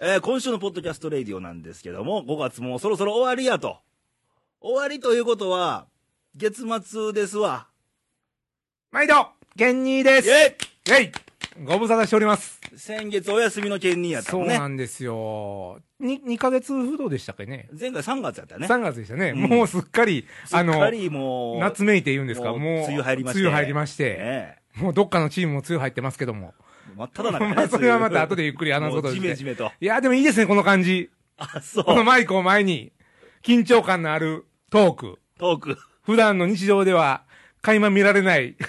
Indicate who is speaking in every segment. Speaker 1: えー今週のポッドキャストレディオなんですけども、5月もそろそろ終わりやと。終わりということは、月末ですわ。
Speaker 2: 毎度、ケンニーです。
Speaker 1: え
Speaker 2: えいご無沙汰しております。
Speaker 1: 先月お休みの件にやった
Speaker 2: そ
Speaker 1: も
Speaker 2: うん
Speaker 1: ね
Speaker 2: な。んですよ。に、2ヶ月不動でしたっけね。
Speaker 1: 前回3月やったよね。
Speaker 2: 3月でしたね。
Speaker 1: うん
Speaker 2: もうすっかり、
Speaker 1: す
Speaker 2: あ
Speaker 1: っか
Speaker 2: の、
Speaker 1: りもう、
Speaker 2: 夏めいて言うんですか。
Speaker 1: も
Speaker 2: も
Speaker 1: う
Speaker 2: う、
Speaker 1: 梅雨入りまして
Speaker 2: 梅雨入りまして
Speaker 1: ね
Speaker 2: もうどっかのチームも梅雨入ってますけども。
Speaker 1: え真っ只中
Speaker 2: ま
Speaker 1: ね。
Speaker 2: あそれはまた後でゆっくり話す
Speaker 1: も
Speaker 2: こと
Speaker 1: うジ
Speaker 2: にして
Speaker 1: メジメ と。
Speaker 2: いや、でもいいですね、この感じ。
Speaker 1: あ、そう。
Speaker 2: このマイクを前に、緊張感のあるトーク。
Speaker 1: トーク。
Speaker 2: 普段の日常では、垣間見られない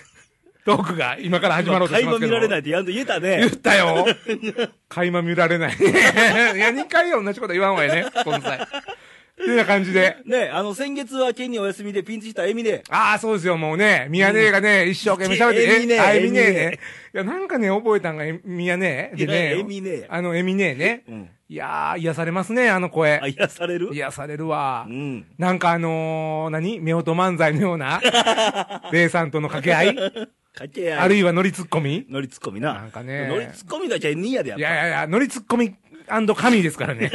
Speaker 2: トークが今から始まろうとし
Speaker 1: 会
Speaker 2: ま
Speaker 1: 話
Speaker 2: すけ
Speaker 1: 見
Speaker 2: ども。
Speaker 1: られないってやんと言えた
Speaker 2: 言っ
Speaker 1: ね。
Speaker 2: たよ。垣間見られない。い や、2回同じこと言わんわよね、この際。っていうような感じで。
Speaker 1: ねえあの、先月は県にお休みでピンチしたエミで、
Speaker 2: ああ、そうですよ、もうね、ミヤネがね、一生懸命喋って、
Speaker 1: エミネ
Speaker 2: えあエミネ
Speaker 1: エミ
Speaker 2: ね。いや、なんかね、覚えたんが、ミヤネで
Speaker 1: いや
Speaker 2: ね、
Speaker 1: エミネ
Speaker 2: あの、エミネね。
Speaker 1: うん。
Speaker 2: いやー、癒されますね、あの声
Speaker 1: あ、。癒される
Speaker 2: 癒されるわ
Speaker 1: う。ん。
Speaker 2: なんかあのー、何夫婦漫才のよ うな、レイさんとの掛け合い
Speaker 1: かけや。
Speaker 2: あるいは乗りツッコミ
Speaker 1: 乗りツッコミな。
Speaker 2: なんかね
Speaker 1: 乗りツッコミだけはニーヤでやっ
Speaker 2: い
Speaker 1: ぱ。
Speaker 2: やいやいや、乗りツッコミ神ですか らね。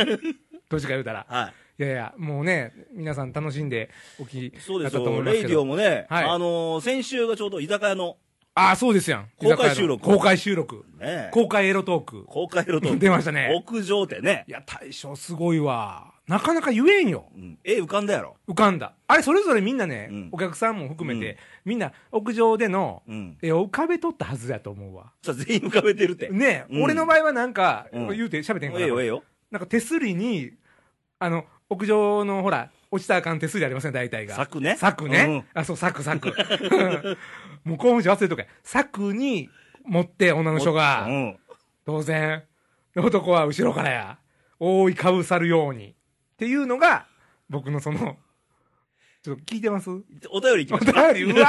Speaker 2: どっちか言うたら。
Speaker 1: はい
Speaker 2: やいや、もうね、皆さん楽しんでお聞き
Speaker 1: い。そう
Speaker 2: だ
Speaker 1: です
Speaker 2: ったと思
Speaker 1: よ。
Speaker 2: います
Speaker 1: レ
Speaker 2: け
Speaker 1: イ
Speaker 2: ど。
Speaker 1: ディオもね、
Speaker 2: はい
Speaker 1: あのー先週がちょうど居酒屋の、
Speaker 2: ああ、そうですやん。
Speaker 1: 公開収録
Speaker 2: 公開収録。
Speaker 1: ねえ
Speaker 2: 公開エロトーク。
Speaker 1: 公開ロト
Speaker 2: 出ましたね
Speaker 1: 屋上ってね
Speaker 2: い。や、大将すごいわ。なかなか言えんよ。
Speaker 1: うん。絵浮かんだやろ。
Speaker 2: 浮かんだ。あれ、それぞれみんなね、
Speaker 1: うん
Speaker 2: お客さんも含めて、
Speaker 1: うん
Speaker 2: みんな屋上での
Speaker 1: うん。
Speaker 2: 絵を浮かべとったはずだと思うわ。
Speaker 1: さ、全員浮かべてるっ て。
Speaker 2: ねえ、
Speaker 1: うん
Speaker 2: 俺の場合はなんか、
Speaker 1: うん
Speaker 2: 言うて喋ってんか
Speaker 1: え
Speaker 2: な
Speaker 1: え。よ、ええよ。
Speaker 2: なんか手すりに、あの、屋上のほら、落ちたらあかん手すりありますね、大体が。
Speaker 1: 柵ね
Speaker 2: 柵ね。あ、そう、柵、柵。 もう興奮して忘れとけ。柵に持って、女の人
Speaker 1: う
Speaker 2: が、
Speaker 1: ん。
Speaker 2: 当然、男は後ろからや、覆いかぶさるように。っていうのが、僕のその、ちょっと聞い てますお
Speaker 1: お便り行きましょ
Speaker 2: 便り、うわ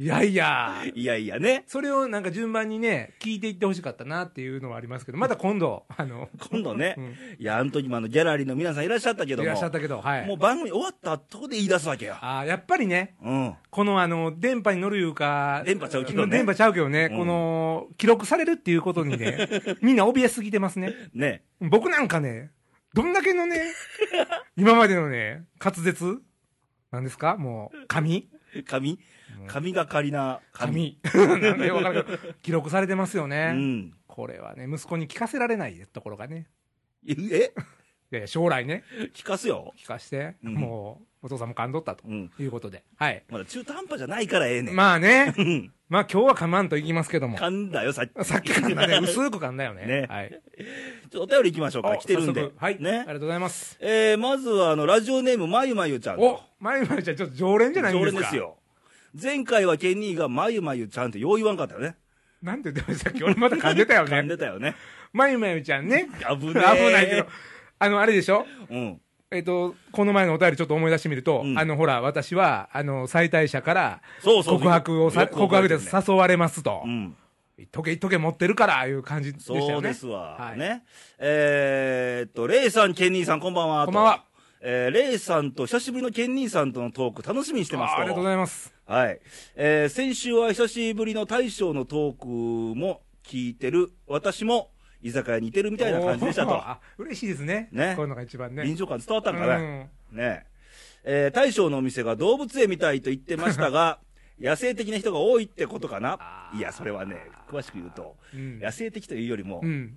Speaker 2: いやいや。
Speaker 1: う。いやいやね。
Speaker 2: それをなんか順番にね、聞いていってほしかったなっていうのはありますけど、また今度、あの、
Speaker 1: 今度ね。
Speaker 2: うん
Speaker 1: いや、あの時もあの、ギャラリーの皆さんいらっしゃったけども。
Speaker 2: いらっしゃったけど、はい。
Speaker 1: もう番組終わったとこで言い出すわけよ。
Speaker 2: あーやっぱりね、
Speaker 1: うん。
Speaker 2: このあの、電波に乗るいうか、
Speaker 1: 電波ちゃうけどね
Speaker 2: 電波ちゃうけどね、
Speaker 1: うん
Speaker 2: この、記録されるっていうことにね、 みんな怯えすぎてますね。
Speaker 1: ね。
Speaker 2: 僕なんかね、どんだけのね、今までのね、滑舌なんですかもう、紙
Speaker 1: 髪髪がかりな髪。
Speaker 2: 紙。 なんかよくわからんけど記録されてますよね。
Speaker 1: うん。
Speaker 2: これはね、息子に聞かせられないところがね。
Speaker 1: え
Speaker 2: いやいや将来ね、
Speaker 1: 聞かすよ。
Speaker 2: 聞かして、
Speaker 1: うん
Speaker 2: もう、お父さんも感動ったと
Speaker 1: うん。
Speaker 2: いうことで。はい。
Speaker 1: まだ中途半端じゃないからええねん。
Speaker 2: まあね、
Speaker 1: うん。
Speaker 2: まあ今日はかまんといきますけども。
Speaker 1: 噛んだよ、さっき。
Speaker 2: さっき噛んだ ね、 薄く噛んだよね。
Speaker 1: ね
Speaker 2: はい。
Speaker 1: ちょっとお便り行きましょうか。来てるん
Speaker 2: 早
Speaker 1: で
Speaker 2: 速。はい。あり
Speaker 1: ね
Speaker 2: が。とうございます。
Speaker 1: えー、まずは、あの、ラジオネーム、まゆまゆちゃん。
Speaker 2: お、まゆまゆちゃん、ちょっと常連じゃないん
Speaker 1: 常
Speaker 2: です
Speaker 1: 連で
Speaker 2: か。
Speaker 1: す。よ。前回はケニーが、まゆまゆちゃんってよう言わんかったよね。
Speaker 2: なんて言ってましたっけ俺また噛んでたよ
Speaker 1: 噛んで
Speaker 2: ね。
Speaker 1: たよね。
Speaker 2: まゆまゆちゃんね。
Speaker 1: 危ね
Speaker 2: 危
Speaker 1: え。
Speaker 2: ないけど。あの、あれでしょ
Speaker 1: うん。
Speaker 2: えっ、と、この前のお便りちょっと思い出してみると、
Speaker 1: うん
Speaker 2: あの、ほら、私は、あの、最大者から
Speaker 1: そうそう。
Speaker 2: 告白をさ、
Speaker 1: よく
Speaker 2: 告
Speaker 1: 覚え
Speaker 2: 白
Speaker 1: て
Speaker 2: で
Speaker 1: るね
Speaker 2: 誘われますと。
Speaker 1: うん。
Speaker 2: いっとけいっとけ持ってるから、いう感じでしたよね。
Speaker 1: そうですわ。
Speaker 2: はい
Speaker 1: ね。えーっと、レイさん、ケンニーさん、こんばんは。
Speaker 2: こんばんは。
Speaker 1: えー、レイさんと久しぶりのケンニーさんとのトーク楽しみにしてます
Speaker 2: あーありがとうございます。
Speaker 1: はい。えー先週は久しぶりの大将のトークも聞いてる、私も居酒屋にいてるみたいな感じでした
Speaker 2: お
Speaker 1: と
Speaker 2: ー。 あ嬉しいですね。
Speaker 1: ね
Speaker 2: こういうのが一番ね。
Speaker 1: 臨場感伝わったんか
Speaker 2: う
Speaker 1: な。
Speaker 2: ん
Speaker 1: ねえ。えー大将のお店が動物園みたいと言ってました が、野生的な人が多いってことかな
Speaker 2: あ。ー
Speaker 1: いや、それはね、詳しく言うと、
Speaker 2: うん
Speaker 1: 野生的というよりも
Speaker 2: う、ん。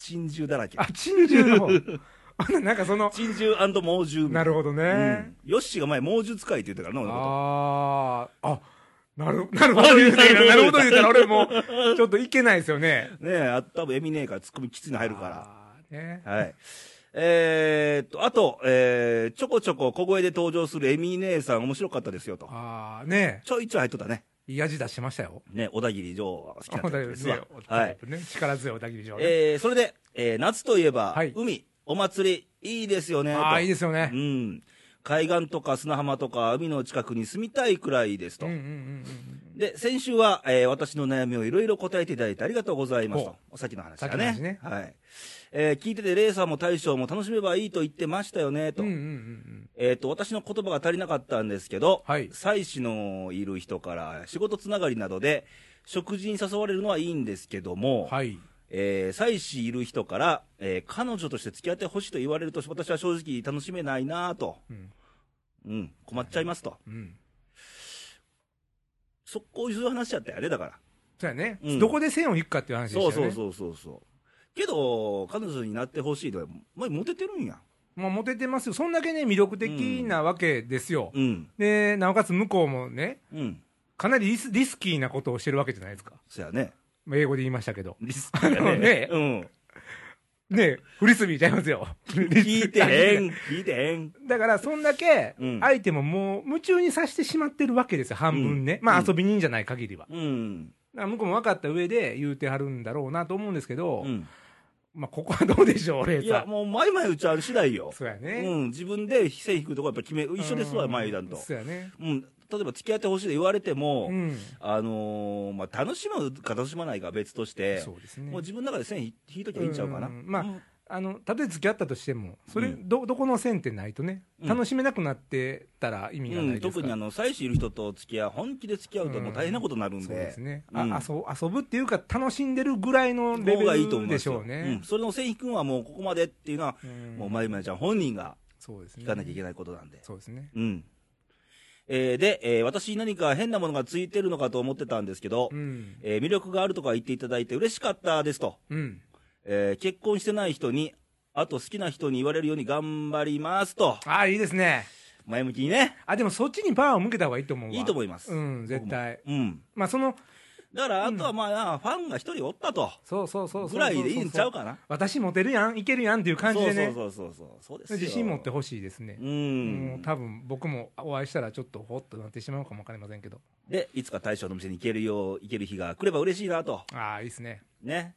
Speaker 1: 珍獣だらけ。
Speaker 2: あ、珍獣の方。あなんかその、
Speaker 1: 珍獣猛獣。
Speaker 2: なるほど
Speaker 1: う
Speaker 2: ね
Speaker 1: ん。。ヨッシーが前、猛獣使いって言ってたからな、俺のこ
Speaker 2: ああ、あ、な る、なるほど言うたら、なるほど言うたら、俺もう、ちょっといけないですよね。
Speaker 1: と。ねえ、あ多分エミネーからツッコミきついの入るか
Speaker 2: あーね。
Speaker 1: ら。はい。えーっと、あと、えー、ちょこちょこ小声で登場するエミネーさん面白かったですよと。
Speaker 2: ああ、ね
Speaker 1: ちょいちょい入っとったね。
Speaker 2: いい味出してましたよ。
Speaker 1: ね、小田切女王は好きな
Speaker 2: お
Speaker 1: タ
Speaker 2: だ
Speaker 1: イ
Speaker 2: ぎ
Speaker 1: プで
Speaker 2: り
Speaker 1: す
Speaker 2: ね
Speaker 1: わ。
Speaker 2: お
Speaker 1: は
Speaker 2: タイ
Speaker 1: い。
Speaker 2: プね力強いおだぎり城ね。
Speaker 1: えー、それで、えー、夏といえば、
Speaker 2: はい
Speaker 1: 海、お祭り、いいですよね。
Speaker 2: ああ、いいですすよね
Speaker 1: う。ん。海岸とか砂浜とか海の近くに住みたいくらいです
Speaker 2: う
Speaker 1: と。
Speaker 2: んうんうんうん。
Speaker 1: で、先週は、えー私の悩みをいろいろ答えていただいてありがとうございますと
Speaker 2: ほ。
Speaker 1: さっきの話だ
Speaker 2: さっきの
Speaker 1: ね。
Speaker 2: 話ね
Speaker 1: はい。えー聞いてて、レイさんも大将も楽しめばいいと言ってましたよね、と。
Speaker 2: うんうんうんうん。
Speaker 1: えっ、と、私の言葉が足りなかったんですけど、
Speaker 2: はい
Speaker 1: 妻子のいる人から仕事つながりなどで、食事に誘われるのはいいんですけども、
Speaker 2: はい。
Speaker 1: えー、妻子いる人から、えー彼女として付き合ってほしいと言われると、私は正直楽しめないなぁと、
Speaker 2: うん。
Speaker 1: うん、困っちゃいますと。
Speaker 2: うん。
Speaker 1: そこをいう話やったよね、だから。
Speaker 2: そうやね、
Speaker 1: うん
Speaker 2: どこで線を引くかっていう話でした
Speaker 1: そ
Speaker 2: よ
Speaker 1: う
Speaker 2: ね。
Speaker 1: そうそうそうそう。けど、彼女になってほしいとは、まあ、モテてるんや。
Speaker 2: まあ、モテてますよ。そんだけね、魅力的なわけですよ。
Speaker 1: うん、
Speaker 2: で、なおかつ向こうもね、
Speaker 1: うん、
Speaker 2: かなりリスリスキーなことをしてるわけじゃないですか。
Speaker 1: そやね。
Speaker 2: まあ英語で言いましたけど。
Speaker 1: リスクや
Speaker 2: ね
Speaker 1: ね。うん。
Speaker 2: ねえフリスビーちゃいますよ。
Speaker 1: 聞いてへん、聞いてへん。
Speaker 2: だから、そんだけ
Speaker 1: うん、
Speaker 2: 相手ももう夢中にさせてしまってるわけですよ、半分ね。
Speaker 1: うん
Speaker 2: まあ、
Speaker 1: うん
Speaker 2: 遊び人じゃない限りは。だ
Speaker 1: うん。
Speaker 2: から向こうも分かった上で言うてはるんだろうなと思うんですけど、
Speaker 1: うん。
Speaker 2: まあ、ここはどうでしょう、レ
Speaker 1: い
Speaker 2: イ
Speaker 1: や、
Speaker 2: さ
Speaker 1: もう、前々打ちある次第よ
Speaker 2: ん。。そうや
Speaker 1: う
Speaker 2: ね。
Speaker 1: ん、自分で線引くとこやっぱ決め、一緒ですわ、
Speaker 2: うん
Speaker 1: 前段と。
Speaker 2: そうやね。
Speaker 1: うん、例えば付き合ってほしいと言われても、
Speaker 2: うん。
Speaker 1: あのーまあ、楽しむか楽しまないかは別として、
Speaker 2: そうですね
Speaker 1: もう。自分の中で線引引いときゃいいんちゃうかな。
Speaker 2: うんまあ
Speaker 1: うん
Speaker 2: あの、たとえ付き合ったとしても、それ、
Speaker 1: うん
Speaker 2: ど、どこの線ってないとね、
Speaker 1: うん
Speaker 2: 楽しめなくなってたら意味が
Speaker 1: う、
Speaker 2: なんいです
Speaker 1: 特
Speaker 2: から。
Speaker 1: にあの、妻子いる人と付き合う、本気で付き合うともう大変なことになるん
Speaker 2: そう
Speaker 1: で
Speaker 2: で、すね。
Speaker 1: うん
Speaker 2: あ、遊ぶ遊ぶっていうか、楽しんでるぐらいのレ
Speaker 1: 方が
Speaker 2: ベ
Speaker 1: いいと思
Speaker 2: ル
Speaker 1: いま
Speaker 2: ですしょ
Speaker 1: よ
Speaker 2: う
Speaker 1: う
Speaker 2: ね
Speaker 1: ん、。それの線引くんはもうここまでっていうのは、
Speaker 2: うん
Speaker 1: もうまゆまゆちゃん本人が
Speaker 2: そうですね。
Speaker 1: 聞かなきゃいけないことなんで。
Speaker 2: そうですね。
Speaker 1: うん。えーで、えー私に何か変なものがついてるのかと思ってたんですけど、
Speaker 2: うん。
Speaker 1: えー魅力があるとか言っていただいて嬉しかったですと。
Speaker 2: うん。
Speaker 1: えー結婚してない人に、あと好きな人に言われるように頑張りますと。
Speaker 2: あいいですね。
Speaker 1: 前向きにね。
Speaker 2: あ、でもそっちにパワーを向けた方がいいと思うわ。
Speaker 1: いいと思います。
Speaker 2: うん、絶対。
Speaker 1: 僕も。うん。
Speaker 2: まあ、その、
Speaker 1: だから、あとはまあ、ファンが一人おったと。
Speaker 2: そうそうそうそう。
Speaker 1: ぐらいでいいんちゃうかな。
Speaker 2: 私モテるやん、いけるやんっていう感じ
Speaker 1: そ
Speaker 2: で
Speaker 1: うそう
Speaker 2: ね、
Speaker 1: そうそうそう。そうですよ
Speaker 2: 自信持ってほしいですね
Speaker 1: う。。
Speaker 2: もうん多分僕もお会いしたらちょっとほっとなってしまうかもわかりませんけど。
Speaker 1: で、いつか大将の店に行けるよう、行ける日が来れば嬉しいなと。
Speaker 2: ああ、いいですね。
Speaker 1: ね。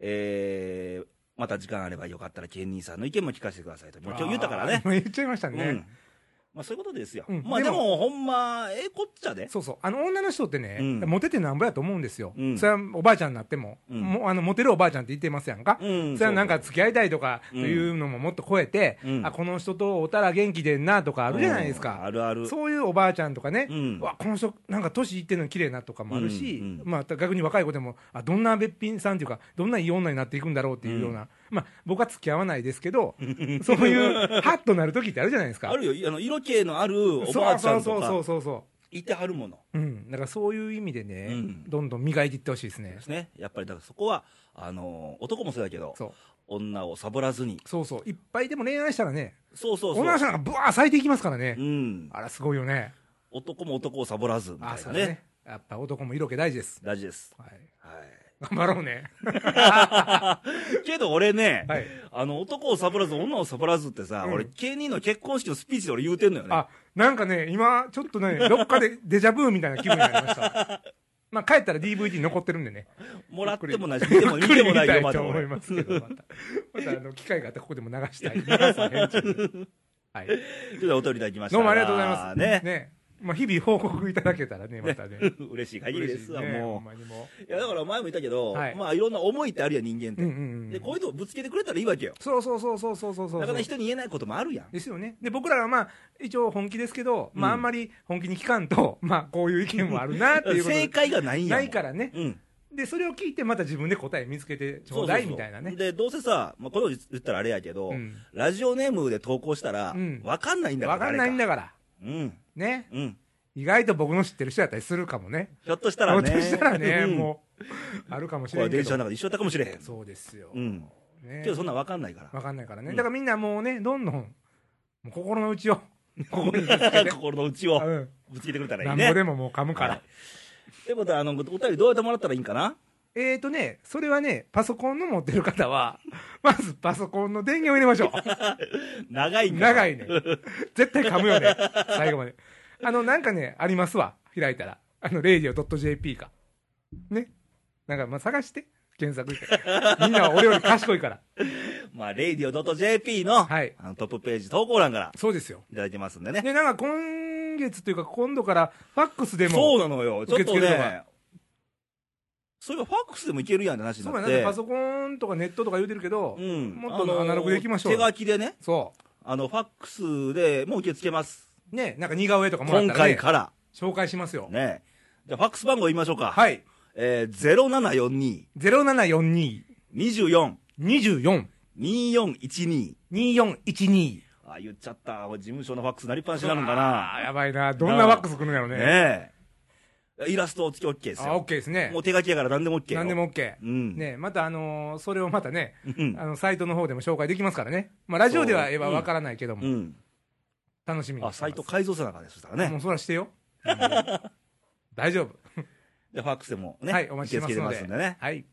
Speaker 1: えー、また時間あればよかったら、ケンニーさんの意見も聞かせてくださいと。もう今日言ったからね
Speaker 2: あ。ー言っちゃいました
Speaker 1: う
Speaker 2: ね
Speaker 1: ん。。まあ、そういうことですよ。
Speaker 2: うん
Speaker 1: まあ、で
Speaker 2: でも
Speaker 1: も、ほんま、ええこっちゃで。
Speaker 2: そうそう。あの、女の人ってね、
Speaker 1: うん
Speaker 2: モテてなんぼやと思うんですよ。
Speaker 1: うん
Speaker 2: それはおばあちゃんになっても、
Speaker 1: うん
Speaker 2: もあのモテるおばあちゃんって言ってますやんか。
Speaker 1: うん
Speaker 2: それはなんか付き合いたいとか
Speaker 1: うん
Speaker 2: いうのももっと超えて、
Speaker 1: うん
Speaker 2: あ、この人とおたら元気でんなとかあるじゃないです
Speaker 1: う
Speaker 2: か
Speaker 1: ん。あるある。
Speaker 2: そういうおばあちゃんとかね、
Speaker 1: うん
Speaker 2: わこの人、なんか年いってんのに綺麗なとかもあるし、
Speaker 1: うんうん
Speaker 2: まあ、逆に若い子でも、あどんなべっぴんさんというか、どんないい女になっていくんだろうっていうような、まあ、僕は付き合わないですけ ど、そういう、はっとなる時ってあるじゃないですか。
Speaker 1: あるよ。あの、色気のあるお
Speaker 2: そう
Speaker 1: ばあちゃんと
Speaker 2: そうそう
Speaker 1: か、
Speaker 2: そうそう
Speaker 1: いてはるもの。
Speaker 2: そう、うん、だからそういう意味でね、
Speaker 1: うん
Speaker 2: どんどん磨いていってほしいですね
Speaker 1: で。すね。やっぱり、だからそこは、あのー男もそうだけど、
Speaker 2: そう
Speaker 1: 女をサボらずに。
Speaker 2: そうそう、いっぱいでも恋愛したらね、
Speaker 1: そうそうそう。
Speaker 2: 女の人なんかぶわー咲いていきますからね、
Speaker 1: うん。
Speaker 2: あら、すごいよね。
Speaker 1: 男も男をサボらず、みた
Speaker 2: あ
Speaker 1: い
Speaker 2: そ
Speaker 1: な
Speaker 2: う
Speaker 1: ね
Speaker 2: だね。やっぱ男も色気大事です。
Speaker 1: 大事です。
Speaker 2: はい、
Speaker 1: はい。
Speaker 2: 頑張ろうね。
Speaker 1: けど俺ね、
Speaker 2: はい
Speaker 1: あの、男をサボらず、女をサボらずってさ、俺、芸人の結婚式のスピーチで俺言うてんのよね。
Speaker 2: あ、なんかね、今、ちょっとね、どっかで デジャブみたいな気分になりました。まあ、帰ったら DVD 残ってるんでね。
Speaker 1: もらってもないし、見て も、見てもない
Speaker 2: た
Speaker 1: よ、
Speaker 2: い
Speaker 1: ま
Speaker 2: と
Speaker 1: だ
Speaker 2: 思い
Speaker 1: 俺。
Speaker 2: ますけど、また。また、あの、機会があったらここでも流し たい。皆さん返事にはい。
Speaker 1: ということでお便りいただきました。
Speaker 2: どうもありがとうございます。
Speaker 1: ね。
Speaker 2: ね。まあ、日々報告いただけたらね、またね。
Speaker 1: 嬉 しい限り
Speaker 2: 嬉
Speaker 1: で
Speaker 2: し
Speaker 1: す
Speaker 2: い
Speaker 1: わ、
Speaker 2: ね、ほ
Speaker 1: も
Speaker 2: んまにも
Speaker 1: う。いや、だから前も言ったけど、
Speaker 2: はい
Speaker 1: まあ、いろんな思いってあるやん、人間っ
Speaker 2: う。
Speaker 1: て。
Speaker 2: うんうんう
Speaker 1: で、
Speaker 2: ん。
Speaker 1: こういうのをぶつけてくれたらいいわけよ。
Speaker 2: そうそうそうそうそうそうそう。
Speaker 1: なかなか人に言えないこともあるやん。
Speaker 2: ですよね。で、僕らはまあ、一応本気ですけど、まあ、
Speaker 1: うん
Speaker 2: あんまり本気に聞かんと、まあ、こういう意見もあるなっていうことで
Speaker 1: 正解がないんやもん
Speaker 2: ないからね
Speaker 1: うん。
Speaker 2: で、それを聞いて、また自分で答え見つけてちょうだいみたいなね。
Speaker 1: で、どうせさ、まあ、この言ったらあれやけど、
Speaker 2: うん
Speaker 1: ラジオネームで投稿したら、わ
Speaker 2: うん
Speaker 1: かんないんだ
Speaker 2: わ
Speaker 1: から。
Speaker 2: かんないんだから。
Speaker 1: 誰か。うん。
Speaker 2: ね。
Speaker 1: うん。
Speaker 2: 意外と僕の知ってる人やったりするかもね。
Speaker 1: ひょっとした
Speaker 2: ひょ
Speaker 1: ら
Speaker 2: っ
Speaker 1: ね。
Speaker 2: としたらね、
Speaker 1: うん
Speaker 2: もう、あるかもし
Speaker 1: これ
Speaker 2: れ
Speaker 1: は
Speaker 2: んけ
Speaker 1: 電車の
Speaker 2: ど。
Speaker 1: 中で一緒だったかもしれへん。
Speaker 2: そうですよ
Speaker 1: う。ん。
Speaker 2: ね
Speaker 1: けどそんなんわかんないから。
Speaker 2: わかんないからね。
Speaker 1: うん
Speaker 2: だからみんなもうね、どんどん、もう心 の内を、ここにぶつけて。
Speaker 1: 心の内を
Speaker 2: うん。
Speaker 1: ぶつけてくれたらい
Speaker 2: ないん
Speaker 1: ね。
Speaker 2: ぼでももう噛むか
Speaker 1: は
Speaker 2: ら
Speaker 1: い。ということで、あの、お便りどうやってもらったらいいんかな
Speaker 2: えーとね、それはね、パソコンの持ってる方は、まずパソコンの電源を入れましょう。
Speaker 1: 長いんだ
Speaker 2: 長いね。絶対噛むよね。最後まで。あの、なんかね、ありますわ。開いたら。あの、radio.jp か。ね。なんか、まあ、探して。検索して。みんなは俺より賢いから。
Speaker 1: まあ、radio.jp の、
Speaker 2: はい
Speaker 1: あのトップページ投稿欄から
Speaker 2: そうですよ。
Speaker 1: いただいてますんでね。
Speaker 2: で、なんか今月というか今度から、ファックスでも。
Speaker 1: そうなのよ。ちょっ
Speaker 2: 受け
Speaker 1: と
Speaker 2: 付けるのが
Speaker 1: ね、そういえばファックスでもいけるやんって話に
Speaker 2: そ
Speaker 1: な
Speaker 2: うや
Speaker 1: っ
Speaker 2: な。
Speaker 1: て。
Speaker 2: パソコンとかネットとか言うてるけど、
Speaker 1: うん、
Speaker 2: もっとアナログでいきましょうよ
Speaker 1: 手書きでね、
Speaker 2: そ
Speaker 1: あのファックスでもう受け付けます、
Speaker 2: う。ね、なんか似顔絵とかもらっ
Speaker 1: 今
Speaker 2: たら、ね、
Speaker 1: 回から
Speaker 2: 紹介しますよ。
Speaker 1: ね、じゃあ、ファックス番号言いましょうか、
Speaker 2: はい。
Speaker 1: えー、
Speaker 2: 0742-24-2412。
Speaker 1: 0742-2412。あ、言っちゃった。これ事務所のファックスなりっぱなしになるんか
Speaker 2: あ
Speaker 1: な
Speaker 2: ー。やばいな。どんなワックス来るんやろうね。
Speaker 1: ねえ。イラスト付き OK です
Speaker 2: あ、
Speaker 1: よ。
Speaker 2: OK ですね
Speaker 1: も。う手書きやから何でも OK よ。
Speaker 2: 何でも OK。
Speaker 1: うん。
Speaker 2: ね、また、あのーそれをまたね、
Speaker 1: うん。
Speaker 2: あの、サイトの方でも紹介できますからね。まあ、ラジオでは言えばわからないけども、
Speaker 1: うん。
Speaker 2: 楽しみに
Speaker 1: あ、サイト改造せなあかんねそしたらね
Speaker 2: も。うそらし てよ。うん大丈夫。
Speaker 1: で、ファックスでもね。
Speaker 2: はいお待ちして
Speaker 1: 受け付けて
Speaker 2: ますので
Speaker 1: ますんでね。
Speaker 2: はい。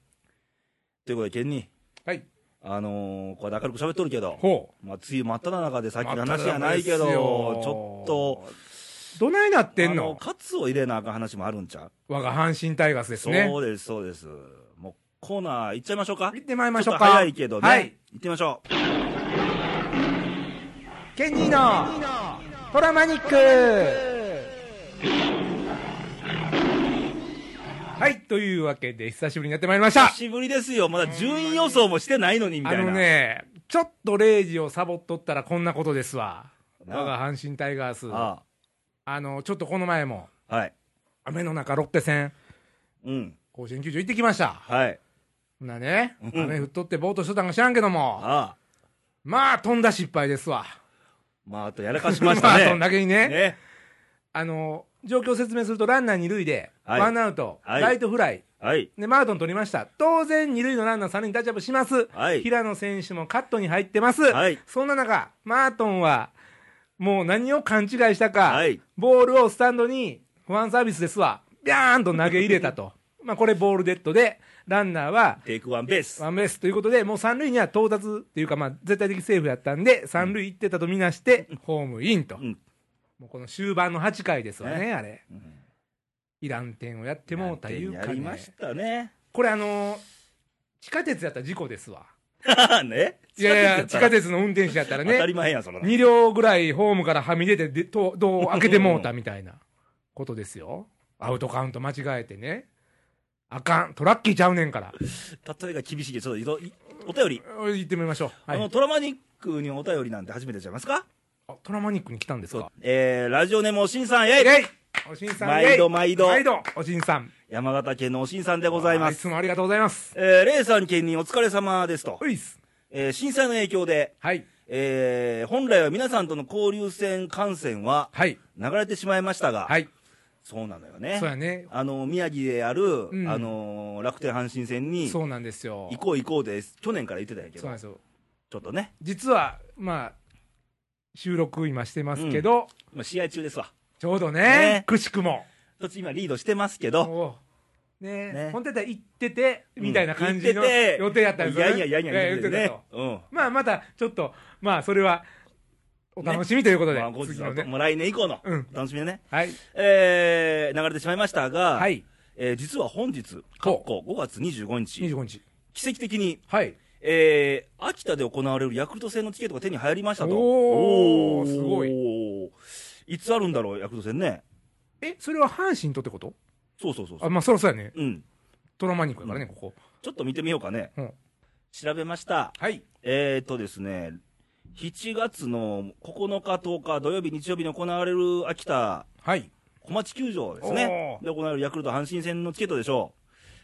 Speaker 1: ということで、ケンに、
Speaker 2: はい。
Speaker 1: あのー、これ明るく喋っとるけど、
Speaker 2: ほう。
Speaker 1: まあ、梅雨真っ只中でさっきの
Speaker 2: また
Speaker 1: 話じゃないけど、
Speaker 2: です
Speaker 1: ち
Speaker 2: よ
Speaker 1: ょっと、。
Speaker 2: どないなってん
Speaker 1: あの、
Speaker 2: の
Speaker 1: カツを入れなあかん話もあるんちゃう
Speaker 2: 我が阪神タイガースですね。
Speaker 1: そうです、そうです。もう、コーナー行っちゃいましょうか
Speaker 2: 行ってまいりまし
Speaker 1: ちょ
Speaker 2: ょ
Speaker 1: っ
Speaker 2: う
Speaker 1: と
Speaker 2: か。
Speaker 1: 早いけどね。
Speaker 2: は
Speaker 1: 行
Speaker 2: い。
Speaker 1: ってみましょう。
Speaker 2: ケニーのトラマニックはい、というわけで久しぶりにやってまいりました
Speaker 1: 久しぶりですよ。まだ順位予想もしてないのに、み
Speaker 2: あ
Speaker 1: たいな。
Speaker 2: のね、ちょっと0時をサボっとったらこんなことですわ。
Speaker 1: なあ
Speaker 2: 我が阪神タイガース。あ
Speaker 1: あ
Speaker 2: の、ちょっとこの前も、
Speaker 1: あはい。
Speaker 2: 雨の中ロッテ戦、
Speaker 1: うん。
Speaker 2: 甲子園球場行ってきました。
Speaker 1: はい。
Speaker 2: ほんなね、
Speaker 1: うん
Speaker 2: 雨降っとってぼーっとしとったんか知らんけども、
Speaker 1: ああ。
Speaker 2: まあ、飛んだ失敗ですわ。
Speaker 1: まあ、あとやらかしま した
Speaker 2: あ、そん
Speaker 1: ね。
Speaker 2: だけにね。
Speaker 1: ね。
Speaker 2: あの、状況を説明すると、ランナー二塁で、
Speaker 1: はい
Speaker 2: ワンアウト、
Speaker 1: はい
Speaker 2: ライトフライ、
Speaker 1: はい。
Speaker 2: で、マートン取りました。当然、二塁のランナー三人タッチアップします。
Speaker 1: はい
Speaker 2: 平野選手もカットに入ってます。
Speaker 1: はい
Speaker 2: そんな中、マートンは、もう何を勘違いしたか、
Speaker 1: はい
Speaker 2: ボールをスタンドに、ファンサービスですわ。ビャーンと投げ入れたと。 まあ、これボールデッドで、ランナーは、
Speaker 1: テイクワンベース。
Speaker 2: ワンベースということで、もう三塁には到達っていうか、まあ、絶対的セーフやったんで、三塁行ってたとみなして、ホームインと。
Speaker 1: うん
Speaker 2: もうこの終盤の8回ですわね、あれ。
Speaker 1: ん
Speaker 2: イラン点をやってもうたいう
Speaker 1: や
Speaker 2: か
Speaker 1: りま
Speaker 2: ね。
Speaker 1: したね。
Speaker 2: これあのー地下鉄やったら事故ですわ。
Speaker 1: ね。
Speaker 2: いやいや、地下
Speaker 1: で
Speaker 2: 鉄の運転手やったら
Speaker 1: 当た
Speaker 2: ね、
Speaker 1: り前やん、その。
Speaker 2: 2両ぐらいホームからはみ出てで、とどう開けてもうたみたいなことですよ。アウトカウント間違えてね。あかん、トラッキーちゃうねんから。
Speaker 1: 例えが厳しいけど、ちょっと移動いお便り。
Speaker 2: おい行ってみましょう。は
Speaker 1: あの、
Speaker 2: い。
Speaker 1: トラマニックにお便りなんて初めてちゃいますか
Speaker 2: あトラマニックに来たんですか
Speaker 1: えー、ラジオネームおしんさん、えい
Speaker 2: えいおしんさん、
Speaker 1: 毎度
Speaker 2: イェイ
Speaker 1: 毎度
Speaker 2: 毎度、おしんさん。
Speaker 1: 山形県のおしんさんでございま
Speaker 2: あい
Speaker 1: す。
Speaker 2: つもありがとうございます。
Speaker 1: えー、レイさん県にお疲れ様ですと。
Speaker 2: ういっす。
Speaker 1: えー、震災の影響で、
Speaker 2: はい。
Speaker 1: えー、本来は皆さんとの交流戦観戦は
Speaker 2: はい。
Speaker 1: 流れてしまいましたが、
Speaker 2: はい。
Speaker 1: そうなのよね。
Speaker 2: そうやね。
Speaker 1: あの、宮城である、
Speaker 2: うん
Speaker 1: あのー、楽天阪神戦に、
Speaker 2: そうなんですよ
Speaker 1: 行。こう行こうです。去年から言ってたんやけ
Speaker 2: そ
Speaker 1: ど
Speaker 2: うなん、ですよ。
Speaker 1: ちょっとね、
Speaker 2: 実は、まあ、収録今してますけど、
Speaker 1: 今試合中ですわ。
Speaker 2: ちょうどね、
Speaker 1: ね
Speaker 2: くしくも。
Speaker 1: そっち今リードしてますけど、
Speaker 2: おうね
Speaker 1: ね
Speaker 2: 本当やったら行ってて、みたいな感じ
Speaker 1: 行
Speaker 2: の
Speaker 1: ってて
Speaker 2: 予定やったんです
Speaker 1: い
Speaker 2: よ、
Speaker 1: や
Speaker 2: ね。
Speaker 1: いやいやいや
Speaker 2: 言ってた
Speaker 1: ね
Speaker 2: と。。
Speaker 1: うん。
Speaker 2: まあ、また、ちょっと、まあ、それは、お楽しみということで、
Speaker 1: まあ、後日
Speaker 2: 次
Speaker 1: の
Speaker 2: のね。
Speaker 1: もう来年以降の、
Speaker 2: うん
Speaker 1: 楽しみでね。
Speaker 2: はい。
Speaker 1: えー、流れてしまいましたが、
Speaker 2: はい。
Speaker 1: えー実は本日、かっこ5月25日、
Speaker 2: 25日。
Speaker 1: 奇跡的に、
Speaker 2: はい。
Speaker 1: えー、秋田で行われるヤクルト戦のチケットが手に入りましたと。
Speaker 2: おー
Speaker 1: お
Speaker 2: すご
Speaker 1: い。いつあるんだろう、ヤクルト戦ね。
Speaker 2: え、それは阪神とってこと
Speaker 1: そうそうそうそ
Speaker 2: あ、
Speaker 1: う。
Speaker 2: まあ、そろそろやね。
Speaker 1: うん。
Speaker 2: トラマニックやからね、ここ。
Speaker 1: ちょっと見てみようかね。
Speaker 2: うん
Speaker 1: 調べました。
Speaker 2: はい。
Speaker 1: えーとですね、7月の9日、10日、土曜日、日曜日に行われる秋田
Speaker 2: はい。
Speaker 1: 小町球場ですね。
Speaker 2: お
Speaker 1: で、行われるヤクルト阪神戦のチケットでしょ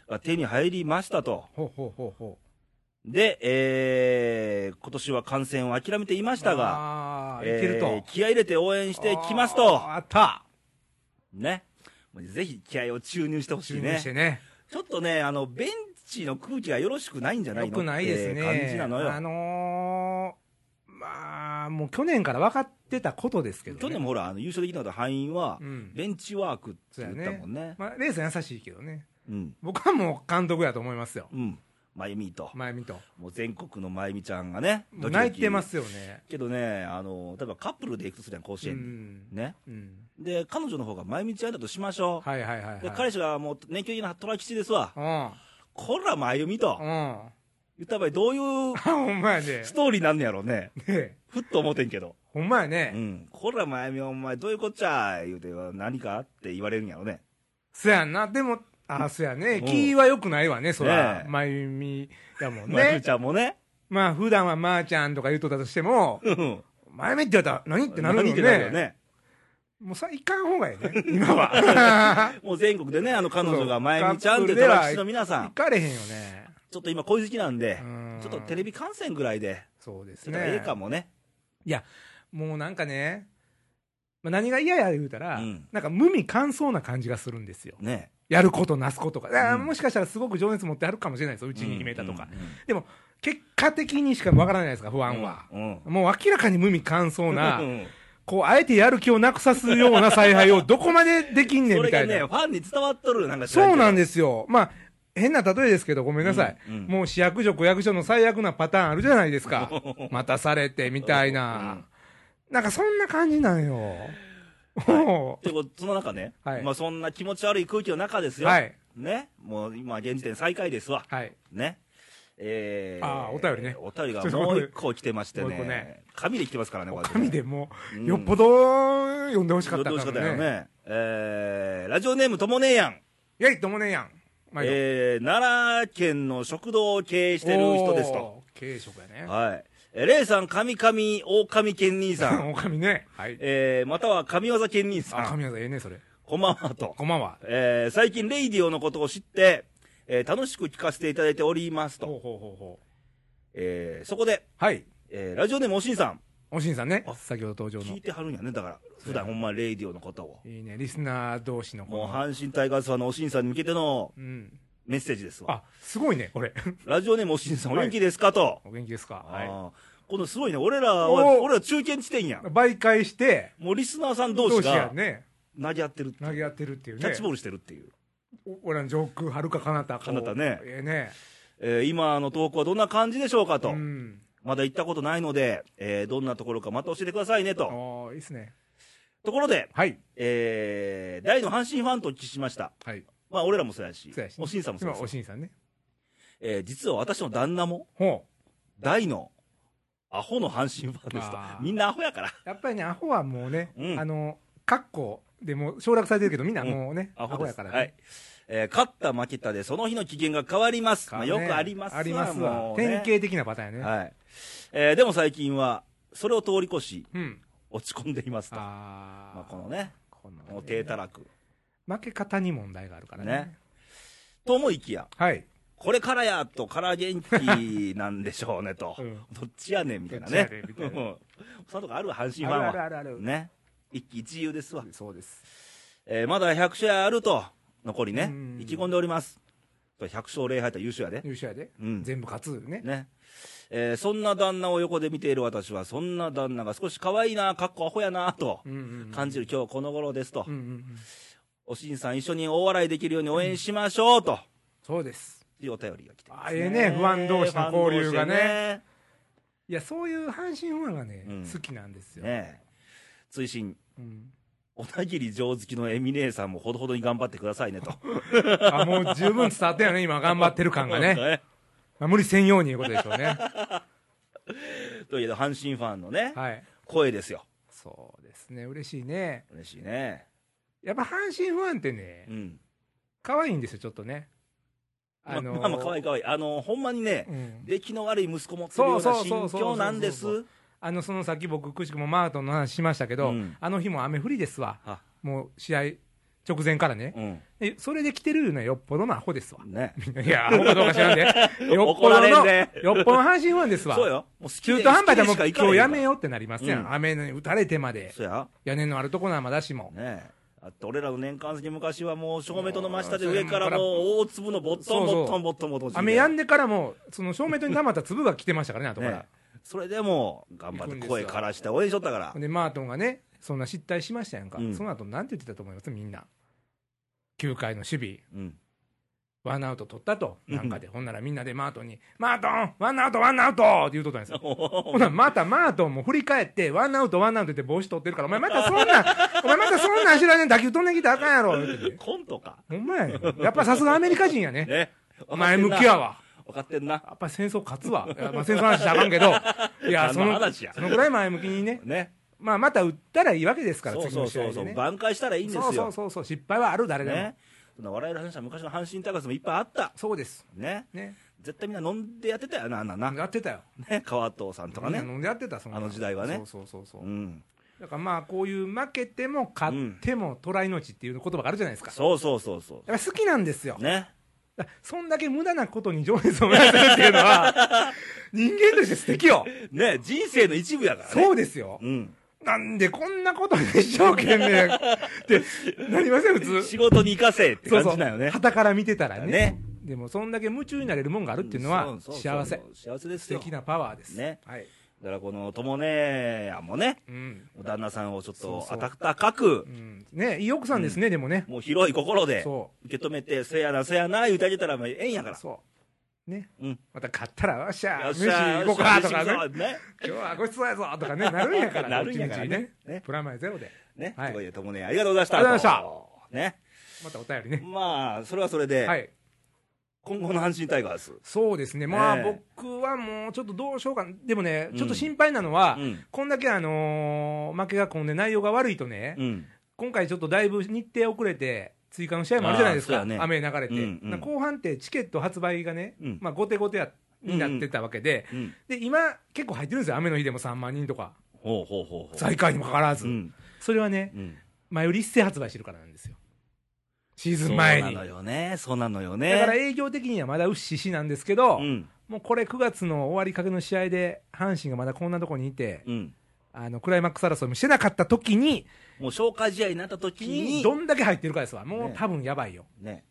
Speaker 1: う。が手に入りましたと。
Speaker 2: ほうほうほうほう。
Speaker 1: で、えー、今年は観戦を諦めていましたが、
Speaker 2: ああ、
Speaker 1: えー
Speaker 2: いけると。
Speaker 1: 気合入れて応援してきますと。
Speaker 2: あーあった。
Speaker 1: ね。もうぜひ気合を注入してほし
Speaker 2: 注
Speaker 1: い
Speaker 2: 入
Speaker 1: ね
Speaker 2: し。てね。
Speaker 1: ちょっとね、あの、ベンチの空気がよろしくないんじゃないの
Speaker 2: よくないですね。
Speaker 1: って感じなのよ。
Speaker 2: あのー、まあ、もう去年から分かってたことですけど、ね。
Speaker 1: 去年もほら、あの優勝できなかった敗因は、
Speaker 2: うん
Speaker 1: ベンチワークって言ったもんね。
Speaker 2: まあ、レイさん優しいけどね。
Speaker 1: うん。
Speaker 2: 僕はもう監督やと思いますよ。
Speaker 1: うん。まゆみと。
Speaker 2: まゆみと。
Speaker 1: もう全国のまゆみちゃんがね、。
Speaker 2: もう泣いてますすよね。
Speaker 1: けどね、あの、例えばカップルで行くとするやん、甲子
Speaker 2: う
Speaker 1: 園
Speaker 2: ん
Speaker 1: に。。ね。
Speaker 2: うん。
Speaker 1: で、彼女の方がまゆみちゃんだとしましょう。
Speaker 2: はいはいはい、はい。
Speaker 1: で、彼氏がもう年休的な虎吉ですわ。
Speaker 2: う
Speaker 1: こら、まゆみと。
Speaker 2: ん。 うん。
Speaker 1: 言った場合、どういう
Speaker 2: ほんまやね
Speaker 1: ス。トーリーなんねやろう ね。
Speaker 2: ね
Speaker 1: ふっと思ってんけど。
Speaker 2: ほんまや
Speaker 1: う
Speaker 2: ね。
Speaker 1: ん。こら、まゆみ、お前、どういうこっちゃ言うて、何かって言われるんやろね。
Speaker 2: そやんな。でも、あ、そやね。
Speaker 1: うん
Speaker 2: 気は良くないわね、そら
Speaker 1: ね。え
Speaker 2: まゆみやもん
Speaker 1: まゆみ
Speaker 2: ね
Speaker 1: ち。ゃんもね。
Speaker 2: まあ、普段はまーちゃんとか言うとったとして も、
Speaker 1: うん。
Speaker 2: 前目って言われたら何ってなるも
Speaker 1: 何
Speaker 2: んね
Speaker 1: ってなるよね。
Speaker 2: もうさ、行かん方が いいね、今は。
Speaker 1: もう全国でね、あの、彼女が、まゆみちゃんっ
Speaker 2: そ
Speaker 1: て
Speaker 2: うカップルで
Speaker 1: ト
Speaker 2: は
Speaker 1: ラキシの皆さ
Speaker 2: 行
Speaker 1: ん、
Speaker 2: かれへんよね。
Speaker 1: ちょっと今、こういう時期なんで、
Speaker 2: うん
Speaker 1: ちょっとテレビ観戦ぐらいで、
Speaker 2: そうです
Speaker 1: ちょっ
Speaker 2: ね
Speaker 1: と。ええかもね。
Speaker 2: もうなんかね、まあ、何が嫌や言うたら、
Speaker 1: うん
Speaker 2: なんか無味乾燥な感じがするんですよ。
Speaker 1: ね。
Speaker 2: やることなすことが。だから
Speaker 1: うん
Speaker 2: もしかしたらすごく情熱持ってあるかもしれないですよ。うちに秘めたとか。
Speaker 1: うんうんうん
Speaker 2: 結果的にしかわからないですか、不安は。
Speaker 1: うん。
Speaker 2: もう明らかに無味乾燥な
Speaker 1: う、 ん
Speaker 2: こう、あえてやる気をなくさすような采配をどこまでできんねん
Speaker 1: それ
Speaker 2: みた
Speaker 1: が
Speaker 2: い
Speaker 1: ね、フ
Speaker 2: な。
Speaker 1: ァンに伝わっとる、なんか知ら
Speaker 2: そうなん
Speaker 1: で
Speaker 2: ですよ。まあ、変な例えですけど、ごめんなさい。
Speaker 1: うんうん
Speaker 2: もう市役所、区役所の最悪なパターンあるじゃないで すか。待たされてみたいな。なんかそんな感じなんよ。
Speaker 1: す。で、こうその中ね、
Speaker 2: はい
Speaker 1: まあそんな気持ち悪い空気の中ですよ。
Speaker 2: はい。
Speaker 1: ね。もう今、現時点最下位ですわ。
Speaker 2: はい。
Speaker 1: ね。えー、
Speaker 2: あーお便りね
Speaker 1: お便り がもう一個来てまして
Speaker 2: もう一個
Speaker 1: ね
Speaker 2: ね。
Speaker 1: 紙で来てますからね、こうやってね
Speaker 2: 神でも
Speaker 1: うん
Speaker 2: う、よっぽど呼んでほしかっ
Speaker 1: ど
Speaker 2: たん
Speaker 1: う
Speaker 2: だ
Speaker 1: し
Speaker 2: ろ
Speaker 1: か
Speaker 2: う
Speaker 1: ったよ
Speaker 2: ね。
Speaker 1: ね。えー、ラジオネームともねえやん。
Speaker 2: やい、ともねんやん。まあよ
Speaker 1: えー、奈良県の食堂を経営してる人ですと。
Speaker 2: おー。経営職やね。
Speaker 1: はい。えー、レイさん、神々、狼県兄さん。
Speaker 2: おかみね。はい。
Speaker 1: えー、または神業県兄さん。
Speaker 2: あ、神業ええね、それ。
Speaker 1: こんばんはと。
Speaker 2: こんばんは。
Speaker 1: えー、最近、レイディオのことを知って、えー、楽しく聞かせていただいておりますと。
Speaker 2: うほうほうほう。
Speaker 1: えー、そこで、
Speaker 2: はい。
Speaker 1: えー、ラジオネームおしんさん。
Speaker 2: おしんさんね
Speaker 1: あ。
Speaker 2: 先ほど登場
Speaker 1: 聞
Speaker 2: の
Speaker 1: い。てはるんやねだから普段ほんまレイディオのことを
Speaker 2: いいね。リスナー同士のこ
Speaker 1: もう
Speaker 2: の。
Speaker 1: 阪神タイガースファンのおしんさんに向けての
Speaker 2: うん。
Speaker 1: メッセージですわ
Speaker 2: あ、すごいね、これ。
Speaker 1: ラジオネームおしんさんお
Speaker 2: はい
Speaker 1: 元気ですかと、
Speaker 2: お元気ですか。
Speaker 1: あ
Speaker 2: は
Speaker 1: ーこのすごいね俺ら
Speaker 2: お
Speaker 1: は
Speaker 2: ー
Speaker 1: 俺ら中堅地点やん
Speaker 2: い。媒介して、
Speaker 1: もうリスナーさん同
Speaker 2: 同
Speaker 1: 士
Speaker 2: 士や
Speaker 1: が
Speaker 2: ね。
Speaker 1: 投げ合ってるっていう
Speaker 2: 投げ合ってるっていうね。
Speaker 1: キャッチボールしてるっていう、
Speaker 2: お俺らの上空、はるか彼方。こう
Speaker 1: 彼方ね
Speaker 2: ええね。
Speaker 1: えー今の投稿はどんな感じでしょうかと、
Speaker 2: うん。
Speaker 1: まだ行ったことないので、えーどんなところかまた教えてくださいねと
Speaker 2: おーいいっすね。
Speaker 1: ところで、
Speaker 2: はい。
Speaker 1: えー大の阪神ファンとお聞きしました
Speaker 2: はい。
Speaker 1: まあ俺らもそうやし
Speaker 2: そうやし
Speaker 1: おしんさんもそう
Speaker 2: 今、
Speaker 1: や
Speaker 2: お
Speaker 1: し、
Speaker 2: しんさんね。
Speaker 1: えー実は私の旦那も
Speaker 2: ほう。
Speaker 1: 大のアホの阪神ファンでし
Speaker 2: あ
Speaker 1: た。
Speaker 2: ー
Speaker 1: みんなアホやから。
Speaker 2: やっぱりね、アホはもうね
Speaker 1: う、ん
Speaker 2: あの、格好でもう省略されてるけど、みんなもうね、アホ
Speaker 1: で
Speaker 2: や
Speaker 1: す
Speaker 2: から
Speaker 1: はい
Speaker 2: ね。。
Speaker 1: えー勝った負けたでその日の機嫌が変わります。まあ、よくありますわ
Speaker 2: あります
Speaker 1: も
Speaker 2: わ。
Speaker 1: う
Speaker 2: 典
Speaker 1: ね
Speaker 2: 型的なパターンやね。
Speaker 1: はい。えーでも最近は、それを通り越し、
Speaker 2: うん。
Speaker 1: 落ち込んでいますと。
Speaker 2: あ
Speaker 1: まあ、
Speaker 2: あ
Speaker 1: このね、
Speaker 2: この
Speaker 1: この低たらく。
Speaker 2: 負け方に問題があるからね。
Speaker 1: ねと思いきや、
Speaker 2: はい。
Speaker 1: これからやと、から元気なんでしょうねと。
Speaker 2: うん
Speaker 1: どっちやねんみたいな
Speaker 2: どっ
Speaker 1: ね
Speaker 2: ちやねん。み たいな
Speaker 1: うんそのとこある阪神ファ
Speaker 2: あるあ
Speaker 1: ン
Speaker 2: る
Speaker 1: は。
Speaker 2: あるある。
Speaker 1: ね。一喜一憂ですわ。
Speaker 2: そうです。
Speaker 1: えーまだ100試合あると、残りね
Speaker 2: うん、
Speaker 1: 意気込んでおります。100勝0敗ったら優勝やで。
Speaker 2: 優勝やで。
Speaker 1: うん。
Speaker 2: 全部勝つね。
Speaker 1: ね。えーそんな旦那を横で見ている私は、そんな旦那が少し可愛いな、かっこアホやな、と
Speaker 2: うんうんうん。
Speaker 1: 感じる今日この頃ですと
Speaker 2: う。んうんうん。
Speaker 1: おしんさん一緒に大笑いできるように応援しましょう、と
Speaker 2: そうです。
Speaker 1: いうお便りが来てます、
Speaker 2: あええねファン同士の交流がね
Speaker 1: ファン
Speaker 2: いや、そういう阪神ファンがね、
Speaker 1: うん
Speaker 2: 好きなんです
Speaker 1: 同士で
Speaker 2: よ。
Speaker 1: ね。ね追伸、
Speaker 2: うん、
Speaker 1: 小田切上好きのエミネーさんもほどほどに頑張ってくださいね、と。
Speaker 2: あもう十分伝わったよね、今、頑張ってる感 がね、まあ、無理せんようにいうことでしょうね、
Speaker 1: といえど、阪神ファンのね、
Speaker 2: はい、
Speaker 1: 声ですよ。
Speaker 2: そうですね、嬉しいね、
Speaker 1: 嬉しいね。
Speaker 2: やっぱ阪神ファンってね
Speaker 1: う、ん。
Speaker 2: 可愛いんですよ、ちょっとね、
Speaker 1: まあまあまあ、かわいいかわいい。あのーほんまにね、
Speaker 2: うん
Speaker 1: 出来の悪い息子持ってるよう
Speaker 2: そう
Speaker 1: な
Speaker 2: そうそ
Speaker 1: 心
Speaker 2: うそう
Speaker 1: 境なんです
Speaker 2: そう。あのその先僕、くしくもマートンの話しましたけど、
Speaker 1: うん
Speaker 2: あの日も雨降りですわ、
Speaker 1: あ
Speaker 2: もう試合直前からね、
Speaker 1: うん。
Speaker 2: えそれで来てるのはよっぽどのアホですわ、
Speaker 1: ね。
Speaker 2: いや、アホかどうか知らんで、よ っ
Speaker 1: 怒
Speaker 2: ぽ
Speaker 1: ら
Speaker 2: どの、
Speaker 1: れん
Speaker 2: よ
Speaker 1: で
Speaker 2: っぽどの阪神ファンですわ。
Speaker 1: そうよ。もう好きで
Speaker 2: 中途半端でも
Speaker 1: 好き
Speaker 2: う
Speaker 1: でしか
Speaker 2: 今日やめ
Speaker 1: よ。
Speaker 2: ようってなりますやん、
Speaker 1: うん
Speaker 2: 雨に打たれてまで、
Speaker 1: そうや。
Speaker 2: 屋根のあるとこなんまだしも、
Speaker 1: ねえ。あって俺らの年間席昔はもう照明灯の真下で上からもう大粒のボットン
Speaker 2: そうそう
Speaker 1: ボットンボットンボットン
Speaker 2: 雨や
Speaker 1: ね
Speaker 2: んでからも、その照明灯に溜まった粒が来てましたからね、後から、
Speaker 1: えそれでもう頑張って声枯らして応援しとったから
Speaker 2: ほんでマートンがね、そんな失態しましたやんか、
Speaker 1: うん
Speaker 2: その後なんて言ってたと思います、みんな、9回の守備、
Speaker 1: うん
Speaker 2: ワンアウト取ったと、なんかで、ほんならみんなでマートンに、マートン、ワンアウト、ワンアウトって言うとったんですよ。ほなまたマートンも振り返って、ワンアウト、ワンアウトって帽子取ってるから、お前またそん なん、お前またそんなん知らねえ打球取んねきたらあかんやろ、言うてて
Speaker 1: コントか
Speaker 2: ほんまやね。やっぱさすがアメリカ人 やね。
Speaker 1: ね
Speaker 2: 前向きやわ。
Speaker 1: 分かってんな
Speaker 2: やっぱ戦争勝つわ。いやまあ、戦争の話しちゃあかんけ ど、いや、
Speaker 1: 何
Speaker 2: そ
Speaker 1: の
Speaker 2: の、
Speaker 1: 話や
Speaker 2: そのぐらい前向きにね、
Speaker 1: ね
Speaker 2: まあ、また打ったらいいわけですから、
Speaker 1: そう
Speaker 2: 次
Speaker 1: そ
Speaker 2: の
Speaker 1: う
Speaker 2: 試
Speaker 1: そ
Speaker 2: 合
Speaker 1: う
Speaker 2: で
Speaker 1: そう
Speaker 2: ね。
Speaker 1: 挽回したらいいんですよ
Speaker 2: そうそうそうそう、失敗はある、誰でも。
Speaker 1: ね、そんな笑いの話は昔の阪神高さもいっぱいあった、
Speaker 2: そうです。
Speaker 1: ね、
Speaker 2: ね。
Speaker 1: 絶対みんな飲んでやってたよな、あんなな、
Speaker 2: やってたよ。
Speaker 1: ね、川藤さんとか
Speaker 2: みんな
Speaker 1: ね、
Speaker 2: 飲んでやってた、そんな
Speaker 1: あの時代はね
Speaker 2: そうそうそうそう
Speaker 1: う。ん、
Speaker 2: だからまあこういう負けても勝っても虎命っていう言葉があるじゃないですか、
Speaker 1: そうそうそうそ
Speaker 2: だから好きなんですよ
Speaker 1: う。ね。
Speaker 2: だからそんだけ無駄なことに情熱を燃やせるっていうのは人間として素敵よ
Speaker 1: ね、人生の一部やからね。
Speaker 2: そうですよ
Speaker 1: うん。
Speaker 2: なんでこんなことに一生懸命ってなりません普通
Speaker 1: 仕事に生かせって
Speaker 2: そう
Speaker 1: 感
Speaker 2: そう
Speaker 1: じだよね。
Speaker 2: 旗から見てたらね
Speaker 1: ね
Speaker 2: でもそんだけ夢中になれるもんがあるっていうのは
Speaker 1: んそうそう
Speaker 2: 幸せ
Speaker 1: そう幸せです
Speaker 2: 素
Speaker 1: よ。
Speaker 2: 敵なパワーです
Speaker 1: ね
Speaker 2: はい
Speaker 1: だからこの、ともねやもね、
Speaker 2: うん
Speaker 1: 旦那さんをちょっ
Speaker 2: そう
Speaker 1: と
Speaker 2: そう
Speaker 1: 温かく
Speaker 2: う、んねいい奥さんですね、でもね
Speaker 1: もう広い心で
Speaker 2: そ
Speaker 1: 受け止めて、せやな、せやな、言うてあげたら、まあええんやから。
Speaker 2: そうね、
Speaker 1: うん
Speaker 2: また買ったら、よっしゃ、
Speaker 1: よっ
Speaker 2: 飯
Speaker 1: しゃ
Speaker 2: 行こうかと
Speaker 1: よ
Speaker 2: か
Speaker 1: っしゃ飯行こ
Speaker 2: ね、
Speaker 1: うね。
Speaker 2: 今日はごちそうやぞとかね、なるんやか ら、
Speaker 1: なるんやからね
Speaker 2: どっちみち
Speaker 1: ね
Speaker 2: プラマイゼロで、
Speaker 1: ね。
Speaker 2: はい
Speaker 1: というともねありがとうございました。
Speaker 2: ありがとうござい
Speaker 1: した。ね。
Speaker 2: またお便りね、
Speaker 1: まあ、それはそれで、
Speaker 2: はい、
Speaker 1: 今後の阪神タイガース。
Speaker 2: そうですね、まあ、
Speaker 1: ねえ
Speaker 2: 僕はもうちょっとどうしようかな、でもね
Speaker 1: う、ん
Speaker 2: ちょっと心配なのは、
Speaker 1: うん。
Speaker 2: こんだけ、あのー負けが込んで内容が悪いとね、
Speaker 1: うん。
Speaker 2: 今回ちょっとだいぶ日程遅れて、追加の試合もあるじゃないです
Speaker 1: あー
Speaker 2: か、
Speaker 1: そうやね
Speaker 2: 雨流れて、
Speaker 1: うんうん
Speaker 2: な後半ってチケット発売がね、
Speaker 1: うん
Speaker 2: まあ、後手後手やになってたわけで、
Speaker 1: うん。
Speaker 2: で今、結構入ってるんですよ、雨の日でも3万人とか。
Speaker 1: ほうほうほうほう。
Speaker 2: 最下位にもかかわらず、
Speaker 1: うん。
Speaker 2: それはね、
Speaker 1: うん。
Speaker 2: 前より一斉発売してるからなんですよ、シーズ
Speaker 1: そう
Speaker 2: ン前
Speaker 1: な
Speaker 2: に。
Speaker 1: の
Speaker 2: だ
Speaker 1: よね。そうなのよね。
Speaker 2: から営業的にはまだうっししなんですけど、
Speaker 1: うん。
Speaker 2: もうこれ、9月の終わりかけの試合で、阪神がまだこんなとこにいて、
Speaker 1: うん。
Speaker 2: あのクライマックス争いもしてなかった時に、
Speaker 1: もう消化試合になった時に、
Speaker 2: どんだけ入ってるかですわ、もう
Speaker 1: ね
Speaker 2: 多分やばいよ。
Speaker 1: ね。